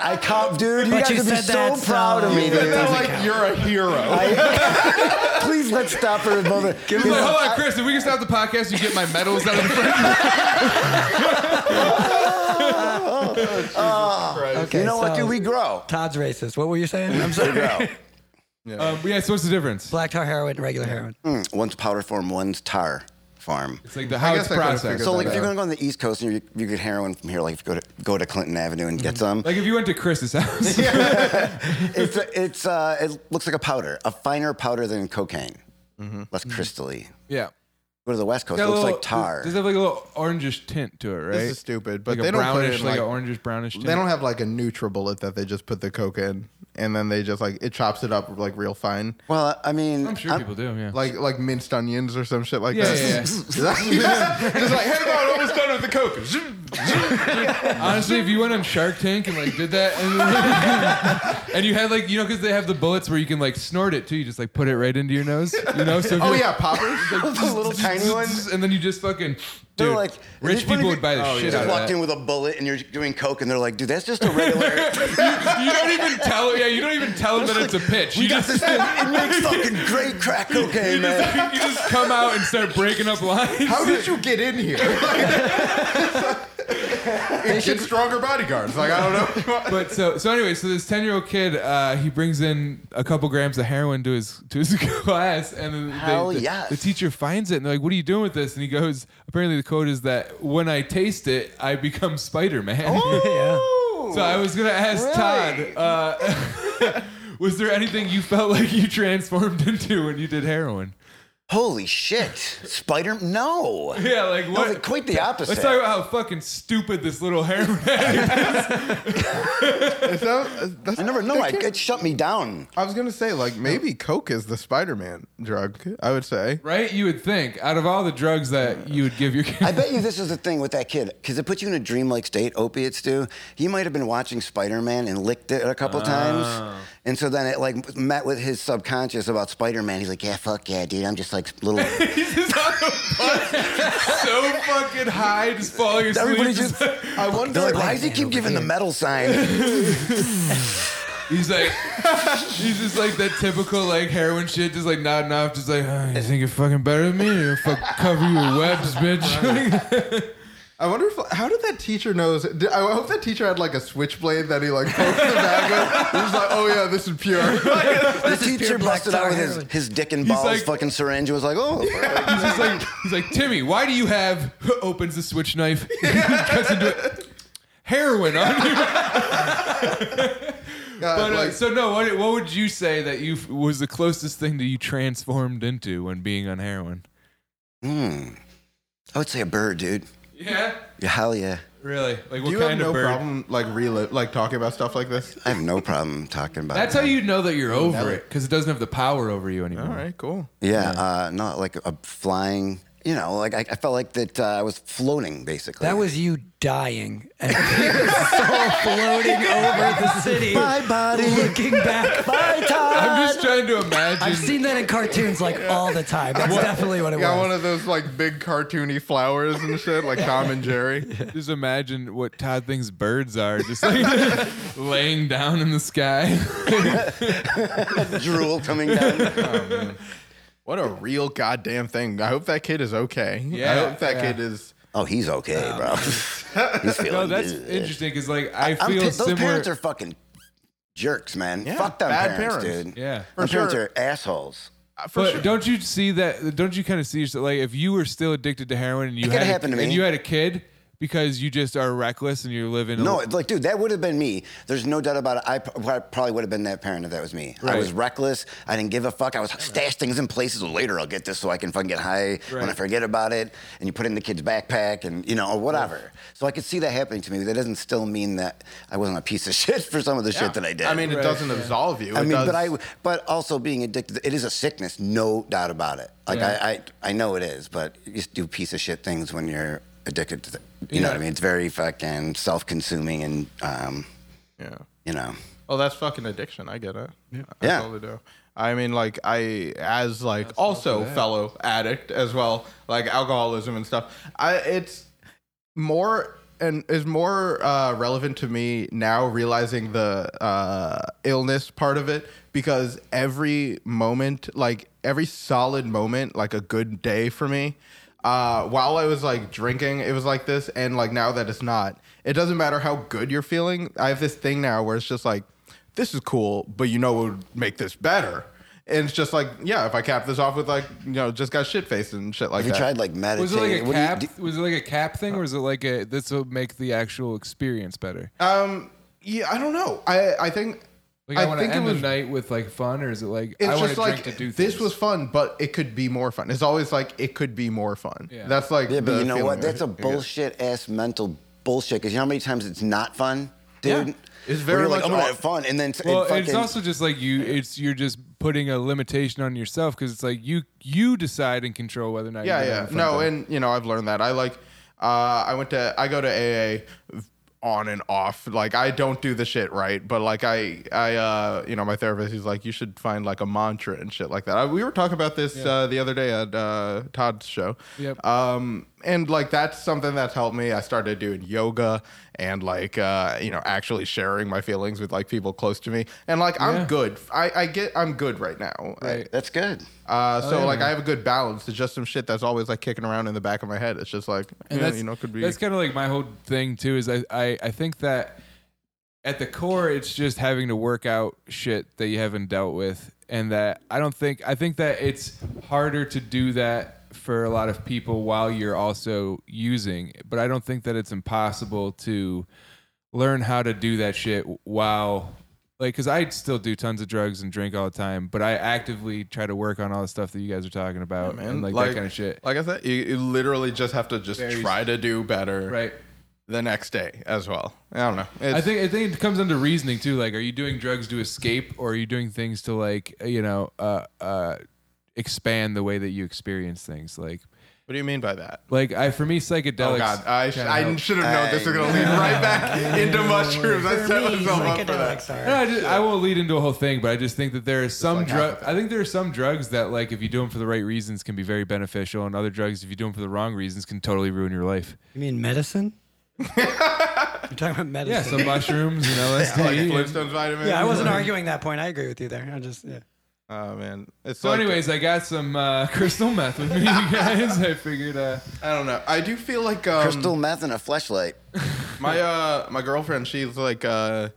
Speaker 5: I cop, dude. You
Speaker 3: But
Speaker 5: guys
Speaker 3: you
Speaker 5: would be
Speaker 3: said
Speaker 5: so
Speaker 3: that, so-
Speaker 5: proud of me.
Speaker 3: You said
Speaker 1: They're
Speaker 5: dude.
Speaker 3: that doesn't
Speaker 1: like,
Speaker 3: count.
Speaker 1: you're a hero.
Speaker 5: I- please let's stop for a moment.
Speaker 2: He's like, hold on, Chris. If we can stop the podcast, you get my medals out of the front.
Speaker 3: Okay,
Speaker 5: you know what,
Speaker 3: so
Speaker 5: dude? We grow.
Speaker 3: Todd's racist. What were you saying? I'm
Speaker 5: We
Speaker 3: sorry.
Speaker 5: grow.
Speaker 2: Um, yeah. So what's the difference?
Speaker 3: Black tar heroin, regular heroin.
Speaker 5: Mm, one's powder form, one's tar form.
Speaker 2: It's like the how
Speaker 1: guess
Speaker 2: it's
Speaker 1: I could've
Speaker 2: processed.
Speaker 1: figured
Speaker 5: So
Speaker 1: that
Speaker 5: like if
Speaker 1: out.
Speaker 5: you're gonna go on the East Coast and you, you get heroin from here, like if you go to go to Clinton Avenue and get some,
Speaker 2: Like if you went to Chris's house.
Speaker 5: it's it's uh, it looks like a powder, a finer powder than cocaine, less crystally.
Speaker 2: yeah.
Speaker 5: Go to the West Coast, it
Speaker 2: Got a
Speaker 5: looks
Speaker 2: little-
Speaker 5: like tar.
Speaker 2: Does it have like a little orangish tint to it, right?
Speaker 1: This is stupid, but
Speaker 2: like
Speaker 1: they
Speaker 2: a
Speaker 1: don't put
Speaker 2: brownish,
Speaker 1: it in,
Speaker 2: like,
Speaker 1: like,
Speaker 2: an orangish brownish tint.
Speaker 1: They don't have like a neutral bullet that they just put the coke in, and then they just like it chops it up like real fine,
Speaker 5: well, I mean,
Speaker 2: I'm sure
Speaker 5: I'm-
Speaker 2: people do. Yeah.
Speaker 1: like like minced onions or some shit like
Speaker 2: Yeah,
Speaker 1: that. just like hang on, almost done with the coke.
Speaker 2: Honestly, if you went on Shark Tank and like did that, and, and you had like you know because they have the bullets where you can like snort it too. You just like put it right into your nose. You know. So if
Speaker 1: Oh
Speaker 2: you're-
Speaker 1: yeah, poppers.
Speaker 5: the little tiny ones.
Speaker 2: And then you just fucking.
Speaker 5: They're
Speaker 2: Dude,
Speaker 5: like-
Speaker 2: rich
Speaker 5: it's funny
Speaker 2: people
Speaker 5: if-
Speaker 2: would buy the
Speaker 1: oh,
Speaker 2: shit
Speaker 1: yeah.
Speaker 2: out
Speaker 5: Just
Speaker 2: of that.
Speaker 5: walked in with a bullet and you're doing coke, and they're like, dude, that's just a regular.
Speaker 2: You don't even tell. Yeah, you don't even tell them that it's a pitch. You just,
Speaker 5: it makes fucking great crack
Speaker 2: you
Speaker 5: cocaine, man.
Speaker 2: just you just come out and start breaking up lines.
Speaker 1: How did you get in here? they should stronger bodyguards. Like I don't know.
Speaker 2: but so so anyway, so this ten year old kid, uh, he brings in a couple grams of heroin to his to his class, and then the-
Speaker 5: Hell
Speaker 2: the,
Speaker 5: yes.
Speaker 2: the teacher finds it and they're like, "What are you doing with this?" And he goes, "Apparently the quote is that when I taste it, I become Spider Man."
Speaker 5: Oh,
Speaker 2: so I was gonna ask Todd, uh, was there anything you felt like you transformed into when you did heroin?
Speaker 5: holy shit, Spider? No.
Speaker 2: Yeah, like
Speaker 5: No,
Speaker 2: what?
Speaker 5: the- quite the opposite.
Speaker 2: Let's talk about how fucking stupid this little hair.
Speaker 1: Is that- that's-
Speaker 5: I never know.
Speaker 1: that
Speaker 5: I,
Speaker 1: can't-
Speaker 5: it shut me down.
Speaker 1: I was gonna say like maybe Coke is the Spider-Man drug. I would say.
Speaker 2: right? You would think out of all the drugs that you would give your kid.
Speaker 5: I bet you this is the thing with that kid, because it puts you in a dreamlike state. Opiates do. He might have been watching Spider Man and licked it a couple
Speaker 2: Ah.
Speaker 5: times, and so then it like met with his subconscious about Spider Man. He's like, yeah, fuck yeah, dude. I'm just like little.
Speaker 2: He's just on the bus, so fucking high, just falling asleep.
Speaker 5: Everybody just.
Speaker 1: I wonder.
Speaker 5: They're like, why does he keep giving the metal sign?
Speaker 2: he's like, he's just like that typical like heroin shit, just like nodding off, just like, "Huh, you think you're fucking better than me? You fuck cover your webs, bitch.
Speaker 1: I wonder if how did that teacher knows? Did, I hope that teacher had like a switchblade that he like poked the bag with. He's like, oh yeah, this is pure.
Speaker 2: uh,
Speaker 5: the teacher
Speaker 3: pure black
Speaker 5: busted out
Speaker 3: tar
Speaker 5: with his,
Speaker 3: heroin.
Speaker 5: his dick and
Speaker 2: He's
Speaker 5: balls
Speaker 2: like-
Speaker 5: fucking syringe. and was like, oh,
Speaker 2: he's just like, he's like, Timmy, why do you have? Opens the switch knife, cuts into it. Heroin on you.
Speaker 1: Yeah,
Speaker 2: But, uh,
Speaker 1: like,
Speaker 2: so no, what, what would you say that you f- was the closest thing that you transformed into when being on heroin?
Speaker 5: I would say a bird, dude.
Speaker 2: Yeah,
Speaker 5: Yeah, hell yeah.
Speaker 2: really. Like what
Speaker 1: do you
Speaker 2: kind
Speaker 1: have
Speaker 2: of
Speaker 1: no
Speaker 2: bird?
Speaker 1: problem like reli- like talking about stuff like this?
Speaker 5: I have no problem talking about.
Speaker 2: That's
Speaker 5: that.
Speaker 2: how you know that you're over it because it doesn't have the power over you anymore.
Speaker 1: All right, cool.
Speaker 5: Yeah, Uh, not like a flying. You know, like I, I felt like that uh, I was floating basically.
Speaker 3: That was you dying and your soul floating over the city.
Speaker 5: my body.
Speaker 3: Looking back, bye Todd.
Speaker 2: I'm
Speaker 5: Uh,
Speaker 2: just trying to
Speaker 3: I've
Speaker 2: imagine.
Speaker 3: seen that in cartoons like all the time. That's definitely what it
Speaker 1: Got
Speaker 3: was.
Speaker 1: one of those like big cartoony flowers and shit, like Tom and Jerry.
Speaker 2: Just imagine what Todd thinks birds are, just like laying down in the sky.
Speaker 5: drool coming down.
Speaker 1: What a real goddamn thing. I hope that kid is okay. I
Speaker 2: Yeah,
Speaker 1: hope that
Speaker 2: yeah.
Speaker 1: kid is.
Speaker 5: Oh, he's okay, bro. he's feeling.
Speaker 2: No, that's
Speaker 5: good.
Speaker 2: interesting because like I
Speaker 5: I'm
Speaker 2: feel
Speaker 5: pi- those
Speaker 2: similar.
Speaker 5: parents are fucking jerks, man.
Speaker 1: Yeah,
Speaker 5: Fuck them
Speaker 1: bad
Speaker 5: parents,
Speaker 1: parents.
Speaker 5: dude.
Speaker 2: yeah.
Speaker 5: Those
Speaker 1: For
Speaker 5: parents
Speaker 1: sure.
Speaker 5: are assholes.
Speaker 1: uh, For
Speaker 2: But
Speaker 1: sure.
Speaker 2: don't you see that? Don't you kind of see yourself- like if you were still addicted to heroin and you
Speaker 5: could
Speaker 2: had a,
Speaker 5: happen to me.
Speaker 2: and you had a kid because you just are reckless and you're living.
Speaker 5: No,
Speaker 2: a,
Speaker 5: like, dude, that would have been me. There's no doubt about it. I p- probably would have been that parent if that was me. I
Speaker 2: Right.
Speaker 5: was reckless. I didn't give a fuck. I was stashed things in places. Later, I'll get this so I can fucking get high when I
Speaker 2: Right.
Speaker 5: forget about it. And you put it in the kid's backpack and, you know, or whatever. So I could see that happening to me. That doesn't still mean that I wasn't a piece of shit for some of the shit that I did.
Speaker 1: I mean, it doesn't absolve you.
Speaker 5: I
Speaker 1: It
Speaker 5: mean,
Speaker 1: does-
Speaker 5: but I, but also being addicted, it is a sickness, no doubt about it. Like I, I, I know it is, but you just do piece of shit things when you're addicted to. The, you know what I mean? It's very fucking self-consuming and, um,
Speaker 1: Yeah.
Speaker 5: you know.
Speaker 1: Oh, that's fucking addiction. I get it. Yeah. I
Speaker 5: Yeah.
Speaker 1: totally do. I mean, like I, as like also fellow addict as well, like alcoholism and stuff. I it's more and is more uh, relevant to me now realizing the uh, illness part of it because every moment, like every solid moment, like a good day for me, uh, while I was like drinking, it was like this, and like now that it's not, it doesn't matter how good you're feeling. I have this thing now where it's just like, this is cool, but you know what would make this better. And it's just like, yeah, if I cap this off with like, you know, just got shit faced and shit like
Speaker 5: Have you
Speaker 1: that.
Speaker 5: tried like meditating?
Speaker 2: Was it like a
Speaker 5: What do you-
Speaker 2: cap?
Speaker 5: do-
Speaker 2: was it like a cap thing, or is it like a this will make the actual experience better?
Speaker 1: Um, yeah, I don't know. I I think
Speaker 2: like I, want to
Speaker 1: think
Speaker 2: end
Speaker 1: it was.
Speaker 2: the night with like fun, or is it like
Speaker 1: it's
Speaker 2: I want
Speaker 1: just
Speaker 2: to
Speaker 1: like
Speaker 2: drink to do
Speaker 1: this
Speaker 2: things?
Speaker 1: was fun, but it could be more fun. It's always like it could be more fun.
Speaker 2: Yeah.
Speaker 1: That's like
Speaker 5: yeah, but
Speaker 1: the
Speaker 5: you know
Speaker 1: feeling.
Speaker 5: what? That's a bullshit ass mental bullshit. Because you know how many times it's not fun, dude.
Speaker 1: Yeah. It's
Speaker 5: Where
Speaker 1: very
Speaker 5: you're like,
Speaker 1: much
Speaker 5: I'm gonna
Speaker 1: all-
Speaker 5: have fun, and then it's- it
Speaker 2: Well,
Speaker 5: fucking,
Speaker 2: it's also just like you. It's you're just putting a limitation on yourself because it's like you you decide and control whether or not.
Speaker 1: yeah,
Speaker 2: you're gonna
Speaker 1: yeah.
Speaker 2: have a fun
Speaker 1: No,
Speaker 2: time.
Speaker 1: and you know I've learned that. I like uh, I went to I go to AA on and off. Like I don't do the shit right, but like I I uh, you know my therapist he's like you should find like a mantra and shit like that. I, we were talking about this uh, the other day at uh, Todd's show.
Speaker 2: Yep.
Speaker 1: Um, and like that's something that's helped me. I started doing yoga and like uh, you know actually sharing my feelings with like people close to me. And like I'm
Speaker 2: Yeah.
Speaker 1: good. I, I get I'm good right now. I-
Speaker 2: Right.
Speaker 5: that's good.
Speaker 1: uh, so
Speaker 2: Oh, yeah,
Speaker 1: like
Speaker 2: man.
Speaker 1: I have a good balance. It's just some shit that's always like kicking around in the back of my head. It's just like
Speaker 2: And
Speaker 1: yeah,
Speaker 2: that's
Speaker 1: you know could be
Speaker 2: that's kind of like my whole thing too. Is I, I I think that at the core, it's just having to work out shit that you haven't dealt with, and that I don't think I think that it's harder to do that for a lot of people while you're also using. But I don't think that it's impossible to learn how to do that shit while like because I still do tons of drugs and drink all the time, but I actively try to work on all the stuff that you guys are talking about and like, that kind of shit.
Speaker 1: Like I said, you, you literally just have to just
Speaker 2: Very-
Speaker 1: try to do better
Speaker 2: right.
Speaker 1: the next day as well. I don't know. It's,
Speaker 2: I think I think it comes under reasoning too. Like, are you doing drugs to escape, or are you doing things to like you know uh, uh, expand the way that you experience things? Like,
Speaker 1: What do you mean by that?
Speaker 2: like I for me psychedelics.
Speaker 1: Oh God! I, sh-
Speaker 2: kinda
Speaker 1: I
Speaker 2: help.
Speaker 1: should have known this was gonna lead right back into mushrooms. I set myself up for that.
Speaker 2: No, I, just, I won't lead into a whole thing, but I just think that there are some
Speaker 1: like
Speaker 2: drug.
Speaker 1: alcohol.
Speaker 2: I think there are some drugs that, like, if you do them for the right reasons, can be very beneficial, and other drugs, if you do them for the wrong reasons, can totally ruin your life.
Speaker 3: You mean medicine? You're talking about
Speaker 2: Yeah,
Speaker 3: medicine.
Speaker 2: some mushrooms and LSD. and-
Speaker 1: Flintstones vitamin.
Speaker 3: Yeah, I wasn't arguing that point. I agree with you there. I just yeah.
Speaker 1: Oh man! It's
Speaker 2: so,
Speaker 1: like-
Speaker 2: anyways, I got some uh, crystal meth with me, you guys. I figured. Uh,
Speaker 1: I don't know. I do feel like um,
Speaker 5: Crystal meth and a fleshlight.
Speaker 1: my uh my girlfriend she's like uh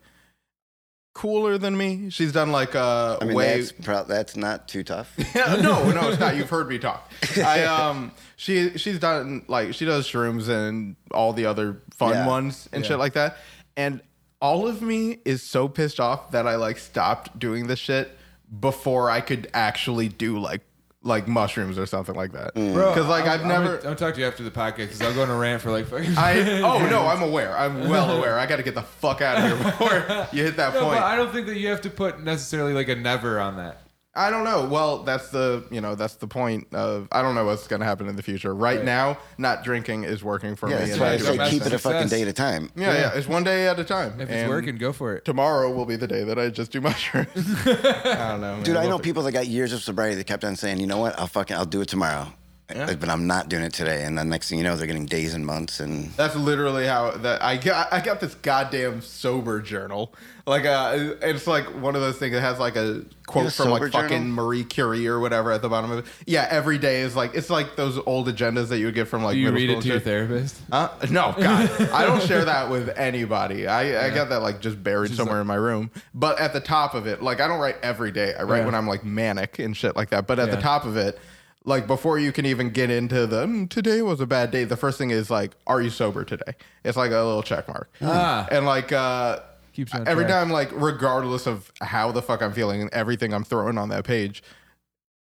Speaker 1: cooler than me she's done like uh
Speaker 5: I mean,
Speaker 1: way
Speaker 5: that's, pro- that's not too tough.
Speaker 1: no no it's not you've heard me talk i um she she's done like she does shrooms and all the other fun
Speaker 5: Yeah.
Speaker 1: ones and shit like that and all of me is so pissed off that i like stopped doing this shit before i could actually do like like mushrooms or something like that
Speaker 5: Mm.
Speaker 1: because like i have
Speaker 2: I'm- I'm
Speaker 1: never
Speaker 2: Gonna, I'll talk to you after the podcast because I'll go on a rant for like fucking.
Speaker 1: I oh no, I'm aware. I'm well aware. I got to get the fuck out of here before you hit that
Speaker 2: No,
Speaker 1: point.
Speaker 2: but I don't think that you have to put necessarily like a never on that.
Speaker 1: I don't know. Well, that's the you know that's the point of I don't know what's going to happen in the future. Right, now, not drinking is working for
Speaker 5: Yeah,
Speaker 1: me.
Speaker 5: that's
Speaker 1: and
Speaker 5: why I
Speaker 1: I
Speaker 2: Crystal
Speaker 5: say
Speaker 1: don't-
Speaker 2: meth
Speaker 5: keep it a
Speaker 2: is
Speaker 5: fucking
Speaker 2: success.
Speaker 5: day at a time.
Speaker 1: yeah, yeah, it's one day at a time.
Speaker 2: If it's
Speaker 1: and
Speaker 2: working, go for it.
Speaker 1: Tomorrow will be the day that I just do mushrooms. I don't know, man.
Speaker 5: Dude, I
Speaker 1: We'll
Speaker 5: know
Speaker 1: see.
Speaker 5: people that got years of sobriety that kept on saying, you know what, I'll fucking, I'll do it tomorrow. But I'm not doing it today. And then next thing you know, they're getting days and months. And
Speaker 1: That's literally how that I got. I got this goddamn sober journal. Like, uh, it's like one of those things that has like a
Speaker 5: You
Speaker 1: quote
Speaker 5: have a
Speaker 1: from like
Speaker 5: sober journal?
Speaker 1: fucking Marie Curie or whatever at the bottom of it. Yeah, every day is like it's like those old agendas that you would get from like
Speaker 2: Do you
Speaker 1: middle
Speaker 2: read
Speaker 1: school
Speaker 2: it to your
Speaker 1: and shit.
Speaker 2: therapist?
Speaker 1: Huh? Uh, No, God, I don't share that with anybody. I, I got that like just buried somewhere in my room. But at the top of it, like I don't write every day. I write
Speaker 2: Yeah.
Speaker 1: when I'm like manic and shit like that. But at
Speaker 2: Yeah.
Speaker 1: the top of it, like before you can even get into the "Mm, today was a bad day, the first thing is like, are you sober today? It's like a little check mark.
Speaker 2: Ah.
Speaker 1: And like uh
Speaker 2: Keeps you on
Speaker 1: every
Speaker 2: track.
Speaker 1: time, like regardless of how the fuck I'm feeling and everything I'm throwing on that page,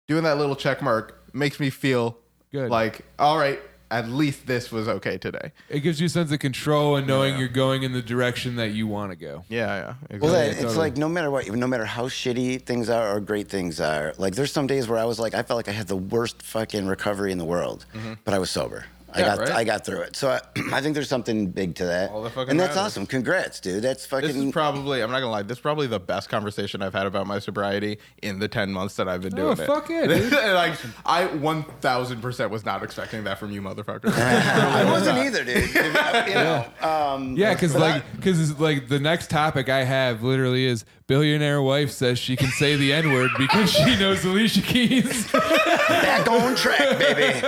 Speaker 1: doing that little check mark makes me feel
Speaker 2: Good.
Speaker 1: like all right at least this was okay today
Speaker 2: It gives you a sense of control and knowing you're going in the direction that you want to go.
Speaker 1: yeah yeah exactly.
Speaker 5: well, that,
Speaker 2: yeah,
Speaker 5: it's
Speaker 2: totally.
Speaker 5: like no matter what, no matter how shitty things are or great things are, like there's some days where I was like, I felt like I had the worst fucking recovery in the world, but I was sober. I
Speaker 2: Yeah,
Speaker 5: got
Speaker 2: right?
Speaker 5: I got through it. So I, I think there's something big to that.
Speaker 1: All that fucking
Speaker 5: and that's
Speaker 1: matters.
Speaker 5: awesome. Congrats, dude. That's fucking.
Speaker 1: this is probably i'm not gonna lie this is probably the best conversation i've had about my sobriety in the 10 months that i've been
Speaker 2: Oh,
Speaker 1: doing it
Speaker 2: fuck yeah, dude.
Speaker 1: like i 1000% was not expecting that from you motherfucker
Speaker 5: I wasn't either, dude. You know, um,
Speaker 2: Yeah, because like, because like the next topic I have literally is billionaire wife says she can say the n word because she knows Alicia Keys,
Speaker 5: back on track, baby.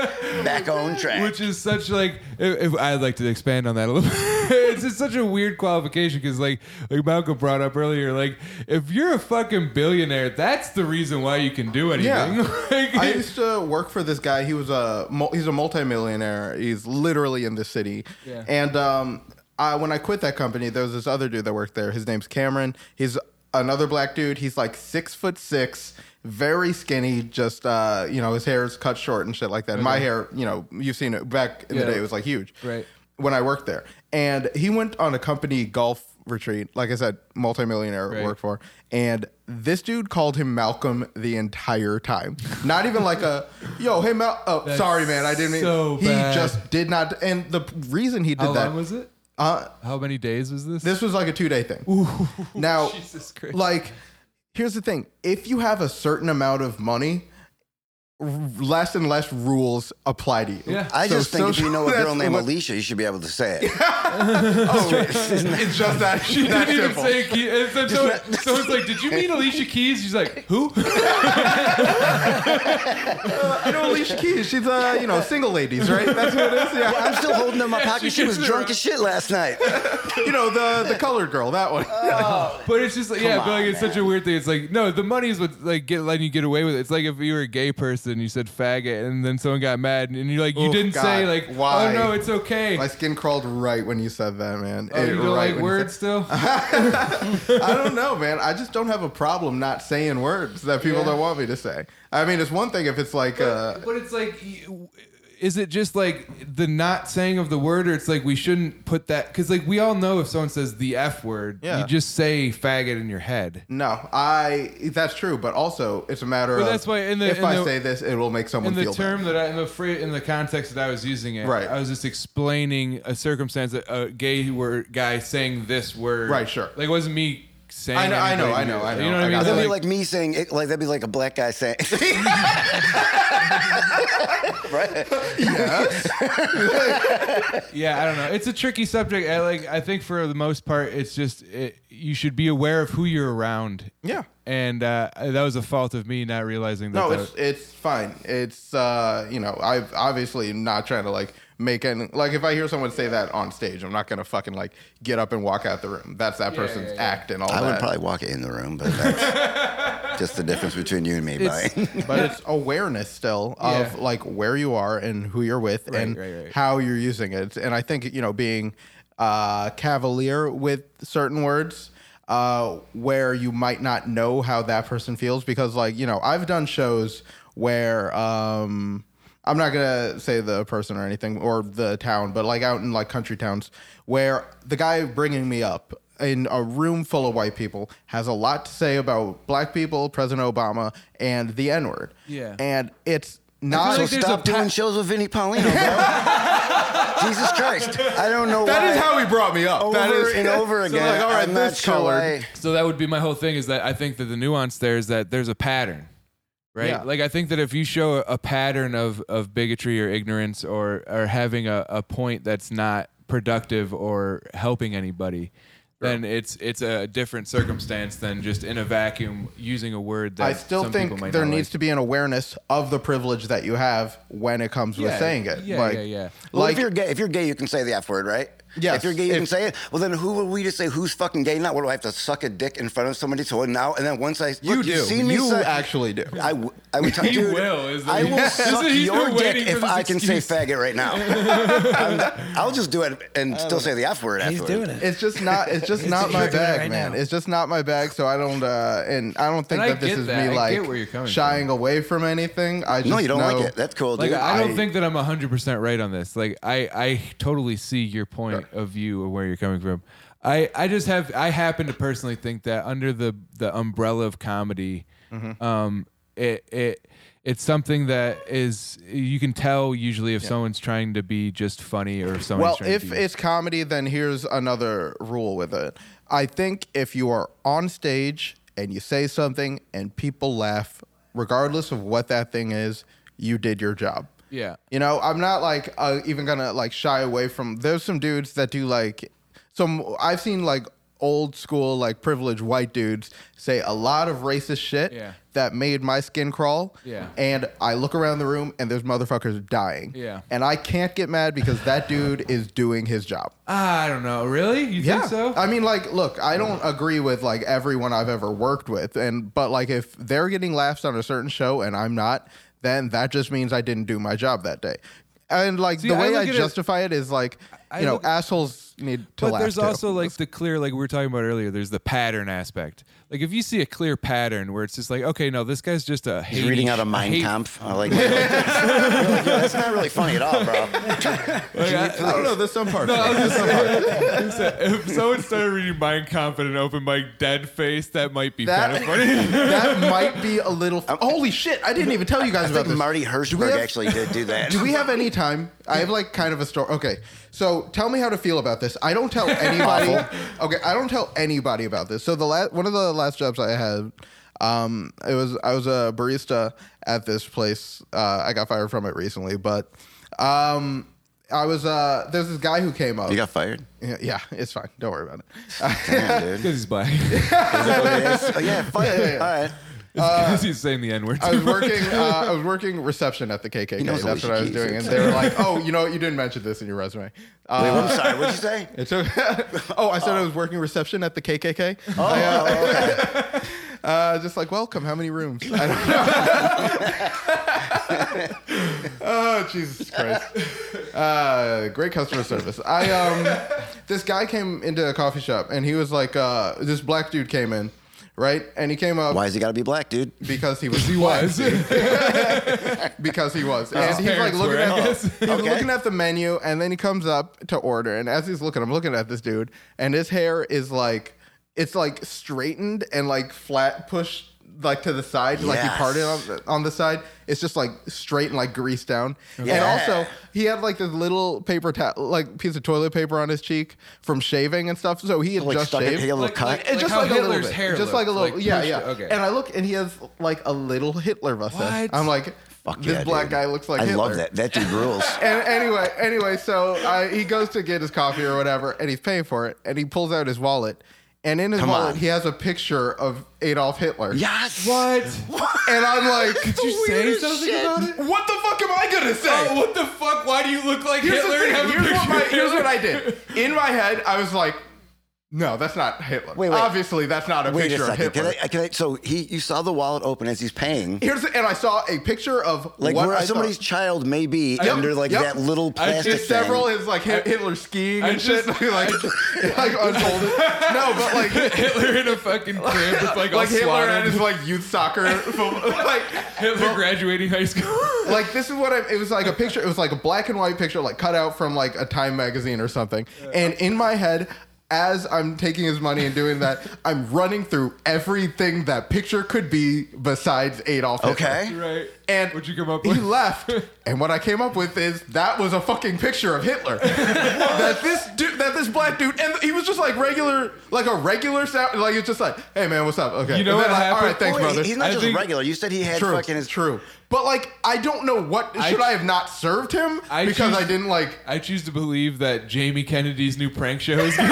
Speaker 5: Back on track.
Speaker 2: which is such like. If, if I'd like to expand on that a little, bit. it's just such a weird qualification because like like Malcolm brought up earlier, like if you're a fucking billionaire, that's the reason why you can do anything.
Speaker 1: Yeah.
Speaker 2: Like,
Speaker 1: I used to work for this guy. He was a mul- he's a multimillionaire. He's literally in the city.
Speaker 2: Yeah.
Speaker 1: And um, I, when I quit that company, there was this other dude that worked there. His name's Cameron. He's another black dude. He's like six foot six, very skinny. Just uh, you know, his hair is cut short and shit like that. My hair, you know, you've seen it back in
Speaker 2: Yeah.
Speaker 1: the day. It was like huge.
Speaker 2: Right.
Speaker 1: When I worked there, and he went on a company golf retreat. Like I said, multimillionaire
Speaker 2: Right.
Speaker 1: worked for for. And this dude called him Malcolm the entire time. Not even like a, yo, hey, Mal. Oh,
Speaker 2: That's
Speaker 1: sorry, man. I didn't mean.
Speaker 2: so
Speaker 1: he
Speaker 2: bad.
Speaker 1: just did not. And the p- reason he did
Speaker 2: how
Speaker 1: that.
Speaker 2: long was it?
Speaker 1: Uh,
Speaker 2: How many days was this?
Speaker 1: this was like a two day thing. now,
Speaker 2: Jesus Christ.
Speaker 1: like, here's the thing if you have a certain amount of money, r- less and less rules apply to you.
Speaker 2: Yeah.
Speaker 5: I just
Speaker 1: So
Speaker 5: think if
Speaker 1: social-
Speaker 5: you know a girl
Speaker 1: that's
Speaker 5: named
Speaker 1: what-
Speaker 5: Alicia, you should be able to say it.
Speaker 1: Oh, it's just that,
Speaker 2: She
Speaker 1: that
Speaker 2: didn't even
Speaker 1: simple.
Speaker 2: say Keys. And so, so, so it's like, did you mean Alicia Keys? She's like, who?
Speaker 1: I know Alicia Keys. She's, uh, you know, single ladies, right? That's what it is. Yeah.
Speaker 5: I'm still holding in my pocket. She was drunk as shit last night.
Speaker 1: you know the the colored girl that one
Speaker 2: But it's just like, yeah, but like
Speaker 5: on,
Speaker 2: it's such a weird thing. It's like, no, the money is what like get letting you get away with it. It's like if you were a gay roasted and you said faggot and then someone got mad and you're like you
Speaker 1: Oof,
Speaker 2: didn't say
Speaker 1: God,
Speaker 2: like
Speaker 1: why?
Speaker 2: oh no it's okay.
Speaker 1: My skin crawled right when you said that, man.
Speaker 2: oh,
Speaker 1: It-
Speaker 2: you don't
Speaker 1: right
Speaker 2: like
Speaker 1: when you
Speaker 2: words still?
Speaker 1: said- I don't know, man. I just don't have a problem not saying words that people
Speaker 2: Yeah.
Speaker 1: don't want me to say. I mean, it's one thing if it's like, uh,
Speaker 2: but it's like you- is it just like the not saying of the word or it's like we shouldn't put that because like we all know if someone says the f word
Speaker 1: Yeah.
Speaker 2: you just say faggot in your head
Speaker 1: no, I. That's true, but also it's a matter
Speaker 2: But
Speaker 1: of
Speaker 2: that's why in the-
Speaker 1: if
Speaker 2: in
Speaker 1: I
Speaker 2: the-
Speaker 1: say this, it will make someone
Speaker 2: in the
Speaker 1: feel bad.
Speaker 2: term that I, in the phrase, in the context that I was using it,
Speaker 1: Right.
Speaker 2: I was just explaining a circumstance that a gay word guy saying this word,
Speaker 1: Right, sure.
Speaker 2: Like it wasn't me saying.
Speaker 1: I know, I know,
Speaker 2: anybody
Speaker 1: I know, I
Speaker 2: did it.
Speaker 1: know.
Speaker 2: You know
Speaker 1: I
Speaker 2: what I mean?
Speaker 1: got
Speaker 5: That'd be
Speaker 1: Yeah.
Speaker 5: like me saying, it, like that'd be like a black guy saying, right?
Speaker 2: yeah, I don't know. It's a tricky subject. I like. I think for the most part, it's just it, you should be aware of who you're around.
Speaker 1: Yeah.
Speaker 2: and uh, that was a fault of me not realizing that.
Speaker 1: No,
Speaker 2: that
Speaker 1: it's it's fine. It's uh, you know, I have obviously not trying to like make any like if I hear someone say that on stage, I'm not gonna fucking like get up and walk out the room. That's that person's
Speaker 2: yeah, yeah.
Speaker 1: act and all
Speaker 5: I
Speaker 1: that.
Speaker 5: would probably walk it in the room, but that's just the difference between you and me, buddy.
Speaker 1: but it's awareness still of
Speaker 2: Yeah.
Speaker 1: like where you are and who you're with and
Speaker 2: right, right.
Speaker 1: how you're using it. And I think you know being uh, cavalier with certain words uh, where you might not know how that person feels because like you know I've done shows where um, I'm not gonna say the person or anything or the town, but like out in like country towns where the guy bringing me up in a room full of white people has a lot to say about black people, President Obama, and the N word.
Speaker 2: Yeah.
Speaker 1: and it's
Speaker 5: So
Speaker 1: not.
Speaker 2: like there's
Speaker 5: stop
Speaker 2: a pa-
Speaker 5: doing shows with Vinnie Paulino, bro. Jesus Christ. I don't know
Speaker 1: That
Speaker 5: why.
Speaker 1: is how he brought me up.
Speaker 5: over
Speaker 1: that is
Speaker 5: and over again.
Speaker 1: like, all right,
Speaker 5: I'm
Speaker 1: this
Speaker 5: not sure
Speaker 1: colored.
Speaker 5: why.
Speaker 2: So that would be my whole thing is that I think that the nuance there is that there's a pattern, right?
Speaker 1: Yeah.
Speaker 2: Like I think that if you show a pattern of of bigotry or ignorance or or having a, a point that's not productive or helping anybody, then it's it's a different circumstance than just in a vacuum using a word that
Speaker 1: I still
Speaker 2: some people
Speaker 1: think
Speaker 2: might
Speaker 1: there
Speaker 2: not
Speaker 1: needs
Speaker 2: like.
Speaker 1: to be an awareness of the privilege that you have when it comes with
Speaker 2: Yeah,
Speaker 1: saying it.
Speaker 2: yeah,
Speaker 1: like,
Speaker 2: yeah, yeah.
Speaker 5: Well,
Speaker 1: Like,
Speaker 5: if you're gay, if you're gay, you can say the F word, right?
Speaker 1: Yes.
Speaker 5: If you're gay, you
Speaker 1: If-
Speaker 5: can say it. Well, then who would we to say who's fucking gay? Not what do I have to suck a dick in front of somebody to it now? And then once I
Speaker 1: you
Speaker 5: look,
Speaker 1: do.
Speaker 5: you've seen me
Speaker 1: you
Speaker 5: say-
Speaker 1: actually do.
Speaker 5: I, w- I would tell
Speaker 2: He
Speaker 5: dude,
Speaker 2: will, isn't
Speaker 5: I
Speaker 2: he?
Speaker 5: will
Speaker 2: Isn't
Speaker 5: suck
Speaker 2: he- he's
Speaker 5: your
Speaker 2: been
Speaker 5: dick
Speaker 2: waiting for
Speaker 5: if
Speaker 2: this
Speaker 5: I can say
Speaker 2: excuse.
Speaker 5: faggot right now. I'm not- I'll just do it and still say the F word.
Speaker 3: He's
Speaker 5: afterward.
Speaker 3: doing it.
Speaker 1: It's just not. It's just
Speaker 3: It's
Speaker 1: not my
Speaker 3: you're doing it
Speaker 1: bag,
Speaker 3: right
Speaker 1: man.
Speaker 3: now.
Speaker 1: It's just not my bag. So I don't. Uh, and I don't think
Speaker 2: And I
Speaker 1: that this
Speaker 2: get
Speaker 1: is
Speaker 2: that. I
Speaker 1: me
Speaker 2: get
Speaker 1: like
Speaker 2: where you're coming
Speaker 1: shying away from anything. I just
Speaker 5: No, you don't
Speaker 1: know-
Speaker 5: like it. That's cool,
Speaker 2: Like
Speaker 5: dude.
Speaker 2: I don't think that I'm 100% right on this. Like I I totally see your point of view of where you're coming from. I I just have I happen to personally think that under the the umbrella of comedy um it it it's something that is you can tell usually if someone's trying to be just funny or if someone's
Speaker 1: Well,
Speaker 2: trying to
Speaker 1: if
Speaker 2: be,
Speaker 1: it's comedy, then here's another rule with it. I think if you are on stage and you say something and people laugh, regardless of what that thing is, you did your job.
Speaker 2: Yeah.
Speaker 1: You know, I'm not like uh, even gonna like shy away from. There's some dudes that do like some. I've seen like old school like privileged white dudes say a lot of racist shit
Speaker 2: Yeah.
Speaker 1: that made my skin crawl.
Speaker 2: Yeah.
Speaker 1: And I look around the room and there's motherfuckers dying.
Speaker 2: Yeah.
Speaker 1: And I can't get mad because that dude is doing his job.
Speaker 2: Ah, I don't know. Really? You think so?
Speaker 1: I mean, like, look, I don't agree with like everyone I've ever worked with, and but like if they're getting laughs on a certain show and I'm not, then that just means I didn't do my job that day. And like the
Speaker 2: I
Speaker 1: way
Speaker 2: look
Speaker 1: I,
Speaker 2: at it-
Speaker 1: justify it is like,
Speaker 2: I
Speaker 1: you know,
Speaker 2: look-
Speaker 1: assholes need to
Speaker 2: but
Speaker 1: laugh.
Speaker 2: there's
Speaker 1: too.
Speaker 2: also like the clear like we were talking about earlier there's the pattern aspect like if you see a clear pattern where it's just like okay no this guy's just a
Speaker 5: He's
Speaker 2: hating-
Speaker 5: reading out
Speaker 2: a
Speaker 5: of Mein
Speaker 2: hate-
Speaker 5: Kampf. I like, You're like, "Yo, that's not really funny at all, bro.
Speaker 2: Like, I-
Speaker 1: I don't know. There's some parts. of it.
Speaker 2: if someone started reading Mind Comp in an open mic dead face, that might be
Speaker 1: That-
Speaker 2: kind of funny.
Speaker 1: that might be a little. Holy shit! I didn't even tell you guys
Speaker 5: I
Speaker 1: about
Speaker 5: think
Speaker 1: this.
Speaker 5: Marty
Speaker 1: Do we
Speaker 5: Hirschberg
Speaker 1: have-
Speaker 5: actually did do that.
Speaker 1: Do we have any time? I have like kind of a story. Okay, so tell me how to feel about this. I don't tell anybody. okay, I don't tell anybody about this. So the last one of the last jobs I had, um, it was I was a barista at this place. Uh, I got fired from it recently, but um, I was uh, there's this guy who came up.
Speaker 5: You got fired?
Speaker 1: yeah, yeah, it's fine. Don't worry about it.
Speaker 5: Damn, dude.
Speaker 2: Because he's black.
Speaker 5: Is that what it is? Oh, yeah, fired.
Speaker 1: yeah.
Speaker 5: All right.
Speaker 1: Uh,
Speaker 2: Because he's saying the N word.
Speaker 1: I was working. Uh, I was working reception at the KKK.
Speaker 5: knows
Speaker 1: That's what
Speaker 5: Alicia
Speaker 1: I was
Speaker 5: Keys,
Speaker 1: doing,
Speaker 5: it's-
Speaker 1: and they were like, "Oh, you know, what? you didn't mention this in your resume." Uh,
Speaker 5: Wait, I'm sorry. What'd you say?
Speaker 1: it took. oh, I said I was working reception at the KKK.
Speaker 5: Oh, oh, okay.
Speaker 1: Uh, just like, welcome. How many rooms? I don't know. oh Jesus Christ! Uh, great customer service. I um, this guy came into a coffee shop and he was like, uh, this black dude came in, right? And he came up
Speaker 5: Why has he got to be black, dude?
Speaker 1: because he was
Speaker 2: He
Speaker 1: black,
Speaker 2: was.
Speaker 1: dude. because he was, and he's like
Speaker 2: parents
Speaker 1: looking
Speaker 2: were,
Speaker 1: at
Speaker 2: I
Speaker 1: the,
Speaker 2: guess.
Speaker 1: he's
Speaker 5: Okay.
Speaker 1: looking at the menu, and then he comes up to order, and as he's looking, I'm looking at this dude, and his hair is like it's like straightened and like flat pushed like to the side, like he
Speaker 5: Yes.
Speaker 1: parted on the, on the side. It's just like straight and like greased down, and
Speaker 5: Yeah.
Speaker 1: also he had like this little paper ta- like piece of toilet paper on his cheek from shaving and stuff, so he had
Speaker 5: Like
Speaker 1: just
Speaker 5: stuck
Speaker 1: shaved.
Speaker 5: it, he had a little cut.
Speaker 1: It's
Speaker 2: Like
Speaker 1: just
Speaker 2: how
Speaker 1: like a little
Speaker 2: Hitler's
Speaker 1: bit.
Speaker 2: hair
Speaker 1: just like a
Speaker 2: looks,
Speaker 1: little,
Speaker 2: like
Speaker 1: yeah,
Speaker 2: pushed-
Speaker 1: yeah.
Speaker 2: okay.
Speaker 1: And I look, and he has like a little Hitler mustache.
Speaker 2: What?
Speaker 1: I'm like,
Speaker 5: Fuck
Speaker 1: this
Speaker 5: yeah,
Speaker 1: black
Speaker 5: dude.
Speaker 1: guy looks like
Speaker 5: I
Speaker 1: Hitler.
Speaker 5: love that. That dude rules.
Speaker 1: And anyway, anyway, so I, he goes to get his coffee or whatever, and he's paying for it, and he pulls out his wallet, and in his
Speaker 5: Come
Speaker 1: wallet
Speaker 5: on.
Speaker 1: he has a picture of Adolf Hitler.
Speaker 5: yes.
Speaker 2: What?
Speaker 1: And I'm like, did
Speaker 2: you say something about it?
Speaker 1: What the fuck am I gonna say?
Speaker 2: Oh, what the fuck? Why do you look like
Speaker 1: here's the
Speaker 2: Hitler?
Speaker 1: thing.
Speaker 2: and have a
Speaker 1: Here's what,
Speaker 2: picture
Speaker 1: my,
Speaker 2: of
Speaker 1: here's what
Speaker 2: Hitler?
Speaker 1: I did. In my head, I was like, no, that's not Hitler.
Speaker 5: Wait, wait.
Speaker 1: Obviously, that's not a
Speaker 5: Wait
Speaker 1: picture
Speaker 5: a
Speaker 1: of
Speaker 5: second.
Speaker 1: Hitler.
Speaker 5: Can I, can I, so he, you saw the wallet open as he's paying.
Speaker 1: Here's and I saw a picture of
Speaker 5: Like
Speaker 1: what
Speaker 5: where
Speaker 1: I
Speaker 5: somebody's
Speaker 1: saw.
Speaker 5: child may be under like
Speaker 1: yep.
Speaker 5: that little
Speaker 2: I
Speaker 5: plastic
Speaker 2: just-
Speaker 5: thing.
Speaker 1: Several is like Hit- Hitler skiing
Speaker 2: I
Speaker 1: and shit,
Speaker 2: just-
Speaker 1: like like unfolded. No, but like
Speaker 2: Hitler in a fucking crib with
Speaker 1: like
Speaker 2: like, all
Speaker 1: Hitler and
Speaker 2: swatted.
Speaker 1: his like youth soccer, fo- like
Speaker 2: Hitler graduating high school.
Speaker 1: like this is what I, it was like a picture. It was like a black and white picture, like cut out from like a Time magazine or something. And in my head. As I'm taking his money and doing that, I'm running through everything that picture could be besides Adolf. Hitler.
Speaker 5: Okay.
Speaker 2: right.
Speaker 1: And
Speaker 2: what'd you come up
Speaker 1: he
Speaker 2: with?
Speaker 1: left, and what I came up with is that was a fucking picture of Hitler. that this dude, that this black dude, and he was just like regular, like a regular sound, like it's just like, hey man, what's up? Okay,
Speaker 2: You know
Speaker 1: And then
Speaker 2: what
Speaker 1: like, All right,
Speaker 2: happened?
Speaker 1: thanks,
Speaker 5: Wait,
Speaker 1: brother.
Speaker 5: He's not
Speaker 2: I
Speaker 5: just
Speaker 2: think-
Speaker 5: regular. You said he had
Speaker 1: true,
Speaker 5: fucking his.
Speaker 1: true. But like, I don't know what
Speaker 2: I
Speaker 1: should I
Speaker 2: choose-
Speaker 1: have not served him
Speaker 2: I
Speaker 1: because
Speaker 2: choose-
Speaker 1: I didn't like.
Speaker 2: I choose to believe that Jamie Kennedy's new prank show is getting,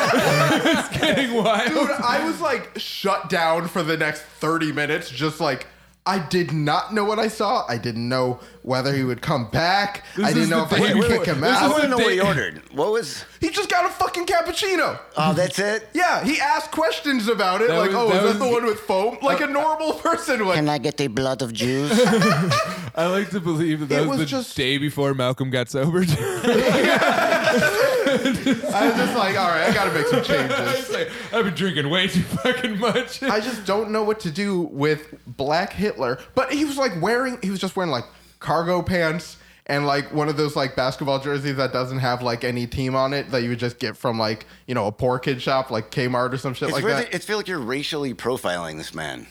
Speaker 2: is getting wild.
Speaker 1: Dude, I was like shut down for the next 30 minutes, just like. I did not know what I saw. I didn't know whether he would come back.
Speaker 2: This
Speaker 1: I
Speaker 2: is
Speaker 1: didn't know
Speaker 2: the
Speaker 1: if I
Speaker 2: thing.
Speaker 1: could
Speaker 2: Wait, wait,
Speaker 1: kick him
Speaker 2: wait. This
Speaker 5: I
Speaker 1: out.
Speaker 5: want to know what he
Speaker 2: Date-
Speaker 5: ordered. What was?
Speaker 1: He just got a fucking cappuccino.
Speaker 5: Oh, that's it.
Speaker 1: Yeah, he asked questions about it,
Speaker 2: That
Speaker 1: like,
Speaker 2: was-
Speaker 1: "Oh,
Speaker 2: that
Speaker 1: is that
Speaker 2: was-
Speaker 1: the one with foam?" Like a normal person would.
Speaker 5: Can I get the blood of Jews?
Speaker 2: I like to believe that, that
Speaker 1: It was
Speaker 2: was, the
Speaker 1: just-
Speaker 2: day before Malcolm got sobered.
Speaker 1: I was just like, "All right, I gotta make some changes."
Speaker 2: It's like, I've been drinking way too fucking much.
Speaker 1: I just don't know what to do with Black Hitler. But he was like wearing, he was just wearing like cargo pants and like one of those like basketball jerseys that doesn't have like any team on it that you would just get from like you know a poor kid shop like Kmart or some shit
Speaker 5: It's
Speaker 1: like
Speaker 5: where
Speaker 1: that.
Speaker 5: they- it feels like you're racially profiling this man.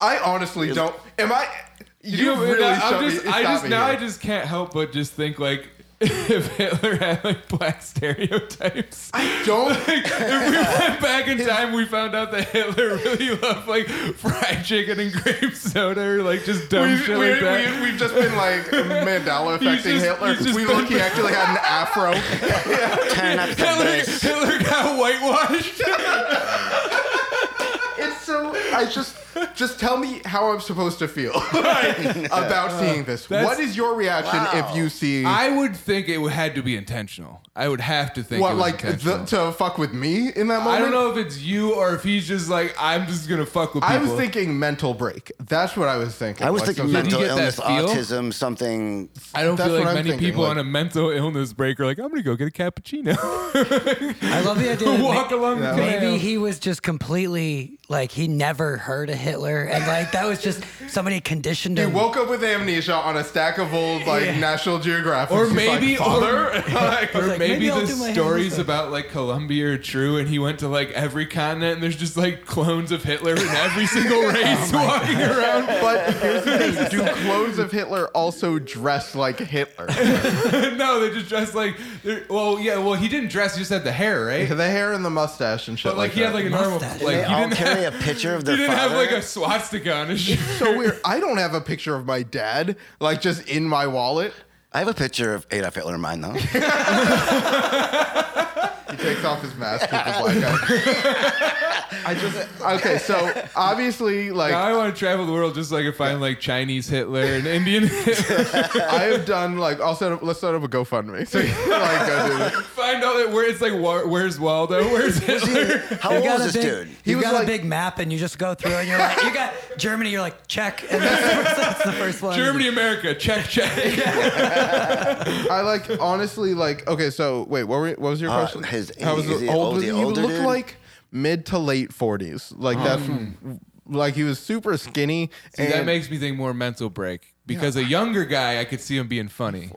Speaker 1: I honestly don't. Am I?
Speaker 2: You
Speaker 1: You
Speaker 2: know,
Speaker 1: really
Speaker 2: now,
Speaker 1: shut
Speaker 2: I'm
Speaker 1: me-
Speaker 2: just,
Speaker 1: you
Speaker 2: I
Speaker 1: stopped
Speaker 2: just
Speaker 1: me
Speaker 2: now
Speaker 1: here.
Speaker 2: I just can't help but just think like if Hitler had like black stereotypes.
Speaker 1: don't.
Speaker 2: Like, if we went back in time, we found out that Hitler really loved like fried chicken and grape soda, or like just dumb
Speaker 1: We've,
Speaker 2: shit
Speaker 1: we,
Speaker 2: like that.
Speaker 1: we, we've just been like Mandela
Speaker 2: He's
Speaker 1: affecting
Speaker 2: just-
Speaker 1: Hitler.
Speaker 2: he's just
Speaker 1: We
Speaker 2: been-
Speaker 1: look, he actually had an afro.
Speaker 5: Turn up the bass.
Speaker 2: Hitler, Hitler got whitewashed.
Speaker 1: It's so. I just, just tell me how I'm supposed to feel about seeing this.
Speaker 2: Uh, That's-
Speaker 1: What is your reaction
Speaker 5: Wow.
Speaker 1: if you see
Speaker 2: I would think it had to be intentional. I would have to think it
Speaker 1: what,
Speaker 2: was
Speaker 1: like
Speaker 2: intentional.
Speaker 1: the, to fuck with me in that moment?
Speaker 2: I don't know if it's you or if he's just like I'm just gonna fuck with people.
Speaker 1: I was thinking mental break. That's what I was thinking.
Speaker 5: I was
Speaker 1: Like,
Speaker 5: thinking
Speaker 1: some-
Speaker 2: Did you
Speaker 5: mental
Speaker 2: get that
Speaker 5: illness,
Speaker 2: feel?
Speaker 5: autism, something.
Speaker 2: I don't
Speaker 1: That's
Speaker 2: feel like
Speaker 1: what I'm
Speaker 2: many
Speaker 1: thinking,
Speaker 2: people
Speaker 1: like-
Speaker 2: on a mental illness break are like I'm gonna go get a cappuccino,
Speaker 3: I love the idea. that ma-
Speaker 2: walk along the
Speaker 3: Maybe
Speaker 2: canal.
Speaker 3: he was just completely like he never heard of Hitler, and like that was just somebody conditioned
Speaker 1: He
Speaker 3: him.
Speaker 1: woke up with amnesia on a stack of old like National Geographic.
Speaker 2: or
Speaker 1: He's like,
Speaker 2: maybe
Speaker 1: father.
Speaker 2: or,
Speaker 1: Like,
Speaker 2: or
Speaker 3: like,
Speaker 2: maybe,
Speaker 3: maybe I'll
Speaker 2: the
Speaker 3: do my hair
Speaker 2: stories
Speaker 3: this way.
Speaker 2: about like Colombia are true, and he went to like every continent, and there's just like clones of Hitler in every single
Speaker 1: Oh
Speaker 2: race walking around.
Speaker 1: but here's the thing: Do clones of Hitler also dress like Hitler?
Speaker 2: no, they just dressed like. they're- Well, yeah, well he didn't dress; he just had the hair, right?
Speaker 1: The hair and the mustache and shit.
Speaker 2: But like he
Speaker 1: that.
Speaker 2: had like a normal like
Speaker 3: Mustache.
Speaker 2: he
Speaker 5: They all
Speaker 2: didn't
Speaker 5: carry
Speaker 2: have,
Speaker 5: a picture of
Speaker 2: he
Speaker 5: their
Speaker 2: didn't have
Speaker 5: father.
Speaker 2: like a swastika on his shirt.
Speaker 1: so weird. I don't have a picture of my dad, like just in my wallet.
Speaker 5: I have a picture of Adolf Hitler in mine though.
Speaker 1: He takes off his mask with the black eye. I just okay. So obviously, like
Speaker 2: Now I want to travel the world just so I can find like Chinese Hitler and Indian Hitler.
Speaker 1: I have done, like I'll set up. Let's set up a GoFundMe. So you can, like go do this.
Speaker 2: find all that where it's like Wa- where's Waldo? Where's Hitler?
Speaker 5: How
Speaker 3: You
Speaker 5: old
Speaker 3: got
Speaker 5: is
Speaker 3: a
Speaker 5: this
Speaker 3: big,
Speaker 5: dude?
Speaker 3: You
Speaker 1: was
Speaker 3: got
Speaker 1: like-
Speaker 3: a big map, and you just go through, and you're like, you got Germany, you're like check, and that's the first, that's the first one.
Speaker 2: Germany, America, check, check.
Speaker 1: I like honestly like okay. So wait, what, were, what was your
Speaker 5: Uh,
Speaker 1: question?
Speaker 5: his-
Speaker 1: How was
Speaker 5: is
Speaker 1: the
Speaker 5: he
Speaker 1: old?
Speaker 5: old-
Speaker 1: was-
Speaker 5: the
Speaker 1: he
Speaker 5: older
Speaker 1: looked
Speaker 5: dude?
Speaker 1: like mid to late forties. Like that's like he was super skinny.
Speaker 2: Hmm. See,
Speaker 1: and
Speaker 2: that makes me think more mental break because a younger guy, I could see him being funny.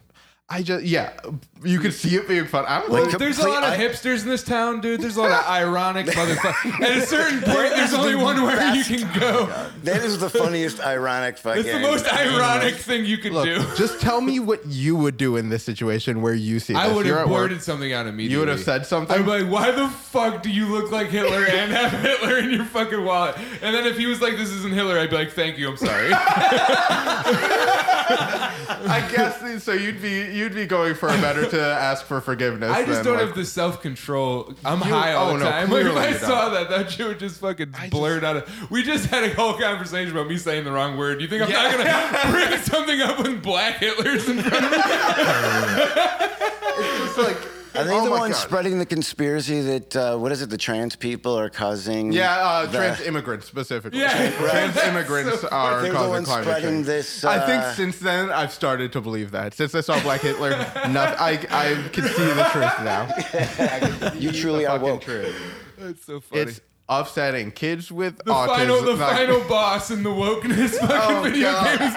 Speaker 1: I just yeah, you could see it being fun. I'm
Speaker 5: Like,
Speaker 1: like,
Speaker 5: com-
Speaker 2: There's a lot of
Speaker 5: I-
Speaker 2: hipsters in this town, dude. There's a lot of ironic motherfuckers. At a certain point, there's only one where you can go.
Speaker 5: That is the funniest ironic fucking.
Speaker 2: It's the most ironic thing you could do.
Speaker 1: look, just tell me what you would do in this situation where you see.
Speaker 2: I
Speaker 1: this.
Speaker 2: would
Speaker 1: You're
Speaker 2: have
Speaker 1: at work.
Speaker 2: blurted something out immediately.
Speaker 1: You would have said something?
Speaker 2: I'd be like, "Why the fuck do you look like Hitler and have Hitler in your fucking wallet?" And then if he was like, "This isn't Hitler," I'd be like, "Thank you, I'm sorry."
Speaker 1: I guess so. You'd be you'd be going for a better to ask for forgiveness.
Speaker 2: I just
Speaker 1: than,
Speaker 2: don't
Speaker 1: like-
Speaker 2: have the self control. I'm high all
Speaker 1: oh,
Speaker 2: the
Speaker 1: no,
Speaker 2: time. Like, if
Speaker 1: clearly
Speaker 2: I
Speaker 1: you don't.
Speaker 2: saw that, that shit would just fucking blurt out. Of, we just had a whole conversation about me saying the wrong word. You think I'm not gonna bring something up when black Hitler's in front of me?
Speaker 1: It's like
Speaker 5: Are they
Speaker 1: oh
Speaker 5: the
Speaker 1: my
Speaker 5: ones
Speaker 1: God.
Speaker 5: spreading the conspiracy that uh, what is it? The trans people are causing.
Speaker 1: Yeah, uh,
Speaker 5: the-
Speaker 1: trans immigrants specifically.
Speaker 2: Yeah.
Speaker 1: trans
Speaker 2: That's
Speaker 1: immigrants
Speaker 2: so
Speaker 1: are
Speaker 5: They're the
Speaker 1: causing
Speaker 5: ones
Speaker 1: climate
Speaker 5: spreading
Speaker 1: change.
Speaker 5: this,
Speaker 1: I think
Speaker 5: uh,
Speaker 1: since then I've started to believe that. Since I saw Black Hitler, not, I I can see the truth now.
Speaker 5: You truly are
Speaker 1: Fucking
Speaker 5: woke.
Speaker 1: truth.
Speaker 2: That's so funny.
Speaker 1: It's upsetting kids with
Speaker 2: the
Speaker 1: autism.
Speaker 2: final, the
Speaker 1: like,
Speaker 2: final boss in the wokeness fucking
Speaker 1: Oh,
Speaker 2: video
Speaker 1: God.
Speaker 2: game is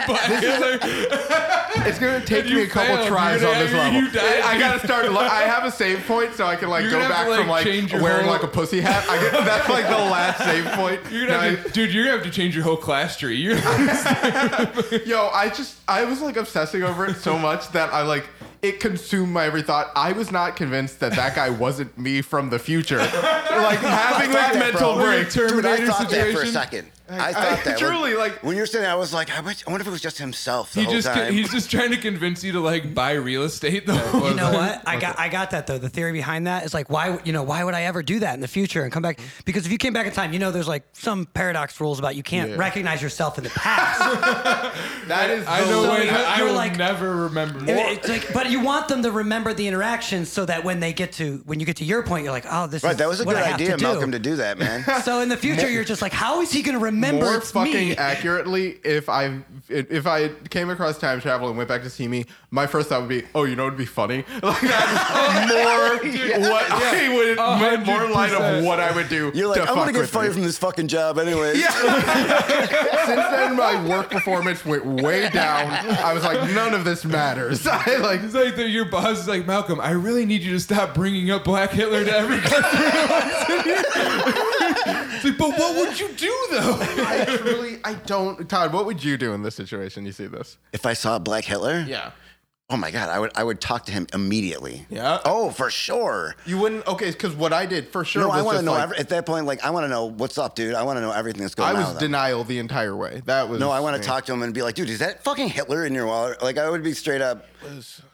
Speaker 2: Black Hitler.
Speaker 1: It's gonna take
Speaker 2: And you
Speaker 1: me a couple
Speaker 2: failed.
Speaker 1: tries
Speaker 2: You're
Speaker 1: on this
Speaker 2: gonna-
Speaker 1: level.
Speaker 2: you died.
Speaker 1: I gotta start. Lo- I have a save point, so I can like
Speaker 2: You're
Speaker 1: go
Speaker 2: gonna have
Speaker 1: back
Speaker 2: to,
Speaker 1: from
Speaker 2: like,
Speaker 1: like
Speaker 2: change your
Speaker 1: wearing
Speaker 2: whole-
Speaker 1: like a pussy hat. I get, that's like the last save point.
Speaker 2: You're gonna
Speaker 1: Now
Speaker 2: have to, dude, you're gonna have to change your whole class tree. You're
Speaker 1: Yo, I just I was like obsessing over it so much that I like it consumed my every thought. I was not convinced that that guy wasn't me from the future. Like having that
Speaker 5: that,
Speaker 1: mental
Speaker 5: bro.
Speaker 1: break.
Speaker 5: Dude, I
Speaker 2: Terminator
Speaker 5: thought that for a
Speaker 2: situation.
Speaker 5: second. I thought that when-
Speaker 1: truly, like-
Speaker 5: when you're saying, that, I was like, I, bet- I wonder if it was just himself the
Speaker 2: He
Speaker 5: whole
Speaker 2: just
Speaker 5: time.
Speaker 2: he's just trying to convince you to like buy real estate though.
Speaker 3: You know what? I got I got that though. The theory behind that is like why you know why would I ever do that in the future and come back? Because if you came back in time, you know there's like some paradox rules about you can't
Speaker 1: Yeah.
Speaker 3: recognize yourself in the past.
Speaker 1: That is
Speaker 2: I
Speaker 1: the
Speaker 2: know
Speaker 3: So
Speaker 2: when
Speaker 3: you're-
Speaker 2: I
Speaker 3: you're
Speaker 2: will
Speaker 3: like-
Speaker 2: never remember.
Speaker 3: It- it's like, but you want them to remember the interaction so that when they get to when you get to your point, you're like, oh, this
Speaker 5: right,
Speaker 3: is
Speaker 5: that was a
Speaker 3: what
Speaker 5: good
Speaker 3: I have
Speaker 5: idea,
Speaker 3: to do.
Speaker 5: Malcolm, to do that, man.
Speaker 3: So in the future, you're just like, how is he going to remember
Speaker 1: more
Speaker 3: it's
Speaker 1: fucking
Speaker 3: me?
Speaker 1: accurately if I if I came across time travel and went back to see me, my first thought would be, oh, you know, it'd be funny. Like that's more what I would
Speaker 2: A hundred
Speaker 1: more light of
Speaker 2: percent.
Speaker 1: what I would do.
Speaker 5: You're like,
Speaker 1: to
Speaker 5: I'm
Speaker 1: fuck
Speaker 5: gonna get
Speaker 1: with
Speaker 5: fired
Speaker 1: you."
Speaker 5: from this fucking job anyway.
Speaker 1: Since then, my work performance went way down. I was like, none of this matters. I like.
Speaker 2: It's like the, your boss is like Malcolm. I really need you to stop bringing up Black Hitler to every customer. it's like, but what would you do though?
Speaker 1: I truly, I don't. Todd, what would you do in this situation? You see this?
Speaker 5: If I saw Black Hitler,
Speaker 1: Yeah.
Speaker 5: oh my god, I would I would talk to him immediately.
Speaker 2: Yeah.
Speaker 5: Oh, for sure.
Speaker 1: You wouldn't. Okay, because what I did for sure.
Speaker 5: No,
Speaker 1: was
Speaker 5: I want to
Speaker 1: just
Speaker 5: know
Speaker 1: like-
Speaker 5: every, at that point. Like, I want to know what's up, dude. I want to know everything that's going
Speaker 1: I
Speaker 5: on.
Speaker 1: was
Speaker 5: with him.
Speaker 1: denial the entire way. That was
Speaker 5: No, I want to
Speaker 1: me.
Speaker 5: talk to him and be like, dude, is that fucking Hitler in your wallet? Like, I would be straight up.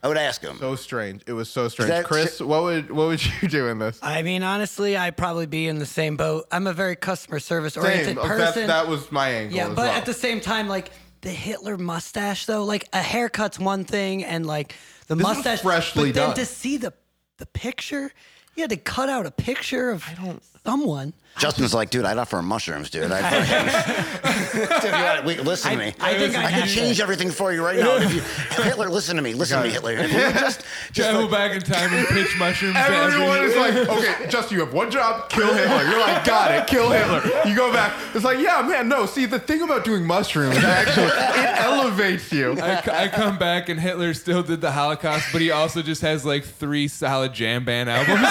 Speaker 5: I would ask him.
Speaker 1: So strange. It was so strange.
Speaker 5: That
Speaker 1: Chris,
Speaker 5: shit-
Speaker 1: what would what would you do in this?
Speaker 3: I mean, honestly, I'd probably be in the same boat. I'm a very customer service oriented
Speaker 1: Same. Oh, That,
Speaker 3: person.
Speaker 1: that was my angle.
Speaker 3: yeah,
Speaker 1: as
Speaker 3: but
Speaker 1: well.
Speaker 3: at the same time, like the Hitler mustache, though, like a haircut's one thing, and like the
Speaker 1: was
Speaker 3: mustache,
Speaker 1: freshly
Speaker 3: but then
Speaker 1: done.
Speaker 3: to see the the picture, you had to cut out a picture of someone.
Speaker 5: Justin's like, dude, I'd offer him mushrooms, dude. I'd fucking. Dude, you gotta- wait, listen to me.
Speaker 3: I, I think I,
Speaker 5: I
Speaker 3: have
Speaker 5: can change everything for you right now. If you, Hitler, listen to me. Listen to me, Hitler. If you would just, just
Speaker 2: Travel
Speaker 5: like-
Speaker 2: back in time and pitch mushrooms. to
Speaker 1: Everyone
Speaker 2: every-
Speaker 1: is like, okay, Justin, you have one job, kill Hitler. You're like, got it, kill Hitler. You go back. It's like, yeah, man, no. See, the thing about doing mushrooms, actually, it elevates you.
Speaker 2: I, c- I come back and Hitler still did the Holocaust, but he also just has like three solid jam band albums.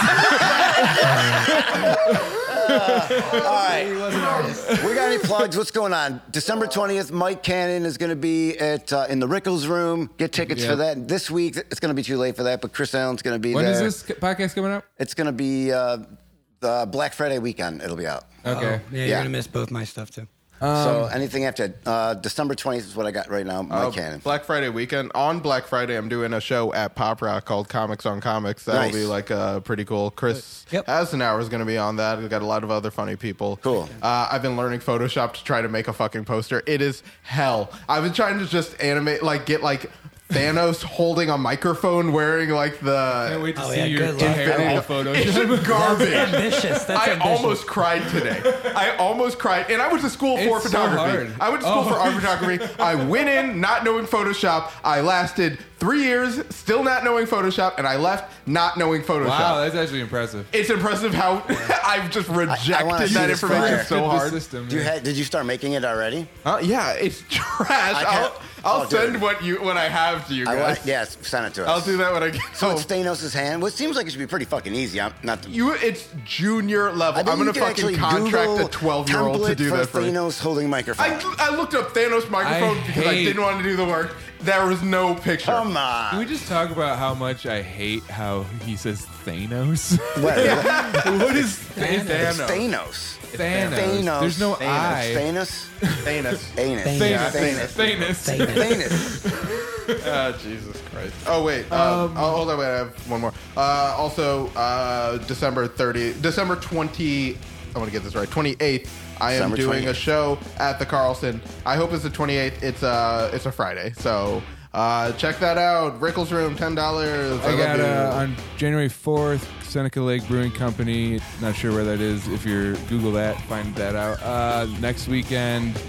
Speaker 5: All right. We got any plugs? What's going on? December 20th, Mike Cannon is going to be at uh, in the Rickles Room. Get tickets for that. This week, it's going to be too late for that, but Chris Allen's going to be
Speaker 2: when
Speaker 5: there.
Speaker 2: is this c- podcast coming up?
Speaker 5: It's going to be uh, the Black Friday weekend. It'll be out.
Speaker 2: Okay.
Speaker 3: Yeah,
Speaker 5: Yeah.
Speaker 3: you're gonna miss both my stuff too.
Speaker 1: Um,
Speaker 5: so anything after uh, December 20th is what I got right now. Mike
Speaker 1: Uh,
Speaker 5: Cannon.
Speaker 1: Black Friday weekend. On Black Friday, I'm doing a show at Pop Rock called Comics on Comics. That'll
Speaker 5: Nice.
Speaker 1: be like uh, pretty cool. Chris
Speaker 3: Yep.
Speaker 1: Asenauer is going to be on that. We've got a lot of other funny people.
Speaker 5: Cool.
Speaker 1: Uh, I've been learning Photoshop to try to make a fucking poster. It is hell. I've been trying to just animate, like, get like. Thanos holding a microphone wearing like
Speaker 2: Can't
Speaker 1: the
Speaker 2: wait to
Speaker 3: Oh,
Speaker 2: see
Speaker 3: yeah,
Speaker 2: your
Speaker 3: good luck.
Speaker 2: terrible photos.
Speaker 1: It's garbage.
Speaker 3: ambitious. That's
Speaker 1: I
Speaker 3: ambitious.
Speaker 1: almost cried today. I almost cried, and I went to school for
Speaker 2: It's so
Speaker 1: photography.
Speaker 2: hard.
Speaker 1: I went to school
Speaker 2: Oh.
Speaker 1: for art photography. I went in not knowing Photoshop. I lasted three years still not knowing Photoshop, and I left not knowing Photoshop.
Speaker 2: Wow, that's actually impressive.
Speaker 1: it's impressive how I've just rejected
Speaker 5: wanna see
Speaker 1: that
Speaker 5: this
Speaker 1: information
Speaker 5: flyer.
Speaker 1: so
Speaker 2: The
Speaker 1: hard.
Speaker 2: system.
Speaker 5: Do you
Speaker 2: yeah.
Speaker 5: ha- did you start making it already?
Speaker 1: Uh, yeah, it's trash.
Speaker 5: can't-
Speaker 1: I'll, I'll
Speaker 5: I'll do
Speaker 1: send
Speaker 5: it.
Speaker 1: what you what I have to you
Speaker 5: I
Speaker 1: guys.
Speaker 5: want, yes, send it to us.
Speaker 1: I'll do that when I get
Speaker 5: So
Speaker 1: home.
Speaker 5: it's Thanos' hand. Well, it seems like it should be pretty fucking easy. I'm not.
Speaker 1: you, it's junior level.
Speaker 5: I
Speaker 1: I'm
Speaker 5: bet you
Speaker 1: gonna
Speaker 5: can
Speaker 1: fucking
Speaker 5: actually
Speaker 1: contract
Speaker 5: Google
Speaker 1: a 12 year old to
Speaker 5: template
Speaker 1: do
Speaker 5: for
Speaker 1: that for me.
Speaker 5: Thanos holding microphone.
Speaker 1: I, I looked up Thanos microphone
Speaker 2: I
Speaker 1: because I
Speaker 2: hate-
Speaker 1: didn't want to do the work. There was no picture.
Speaker 5: Come
Speaker 2: Can we
Speaker 5: on.
Speaker 2: just talk about how much I hate how he says Thanos?
Speaker 5: Well,
Speaker 2: what is
Speaker 5: It's
Speaker 2: Thanos?
Speaker 5: Thanos.
Speaker 2: Thanos.
Speaker 5: Thanos.
Speaker 2: There's no
Speaker 5: Thanos.
Speaker 2: I.
Speaker 5: Thanos.
Speaker 1: Thanos.
Speaker 5: Anus.
Speaker 3: Thanos.
Speaker 5: Thanos.
Speaker 2: Thanos.
Speaker 3: Thanos.
Speaker 5: Thanos.
Speaker 1: Ah, Jesus Christ. Oh wait. Uh,
Speaker 2: Um,
Speaker 1: oh, hold on. Wait, I have one more. Uh, also, uh, December 30, December 20. I want to get this right. 28th. I am
Speaker 5: December
Speaker 1: doing a
Speaker 5: 28th.
Speaker 1: show at the Carlson. I hope it's the 28th. It's a it's a Friday. So uh, check that out. Rickles Room, ten dollars.
Speaker 2: I got uh, on January 4th, Seneca Lake Brewing Company. Not sure where that is. If you're Google that, find that out. Uh, next weekend,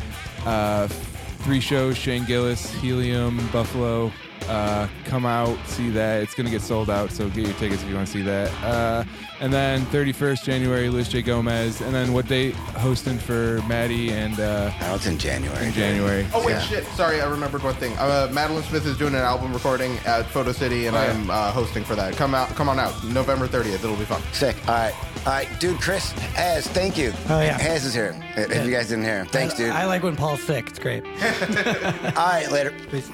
Speaker 2: uh, three shows Shane Gillis, Helium, Buffalo. Uh, come out, see that. It's going to get sold out, so get your tickets if you want to see that. Uh, and then 31st January, Luis J. Gomez. And then what date? Hosting for Maddie and uh,
Speaker 5: Now it's in January.
Speaker 2: in January.
Speaker 1: Oh wait,
Speaker 5: Yeah.
Speaker 1: shit! Sorry, I remembered one thing. Uh, Madeline Smith is doing an album recording at Photo City, and
Speaker 2: Oh, yeah.
Speaker 1: I'm uh, hosting for that. Come out, come on out, November 30th. It'll be fun.
Speaker 5: Sick. All right. All right, dude. Chris Has, thank you.
Speaker 3: Oh, yeah.
Speaker 5: Has is here. If you guys didn't hear him, thanks, dude.
Speaker 3: I like when Paul's sick. It's great.
Speaker 5: All right, later.
Speaker 3: Peace.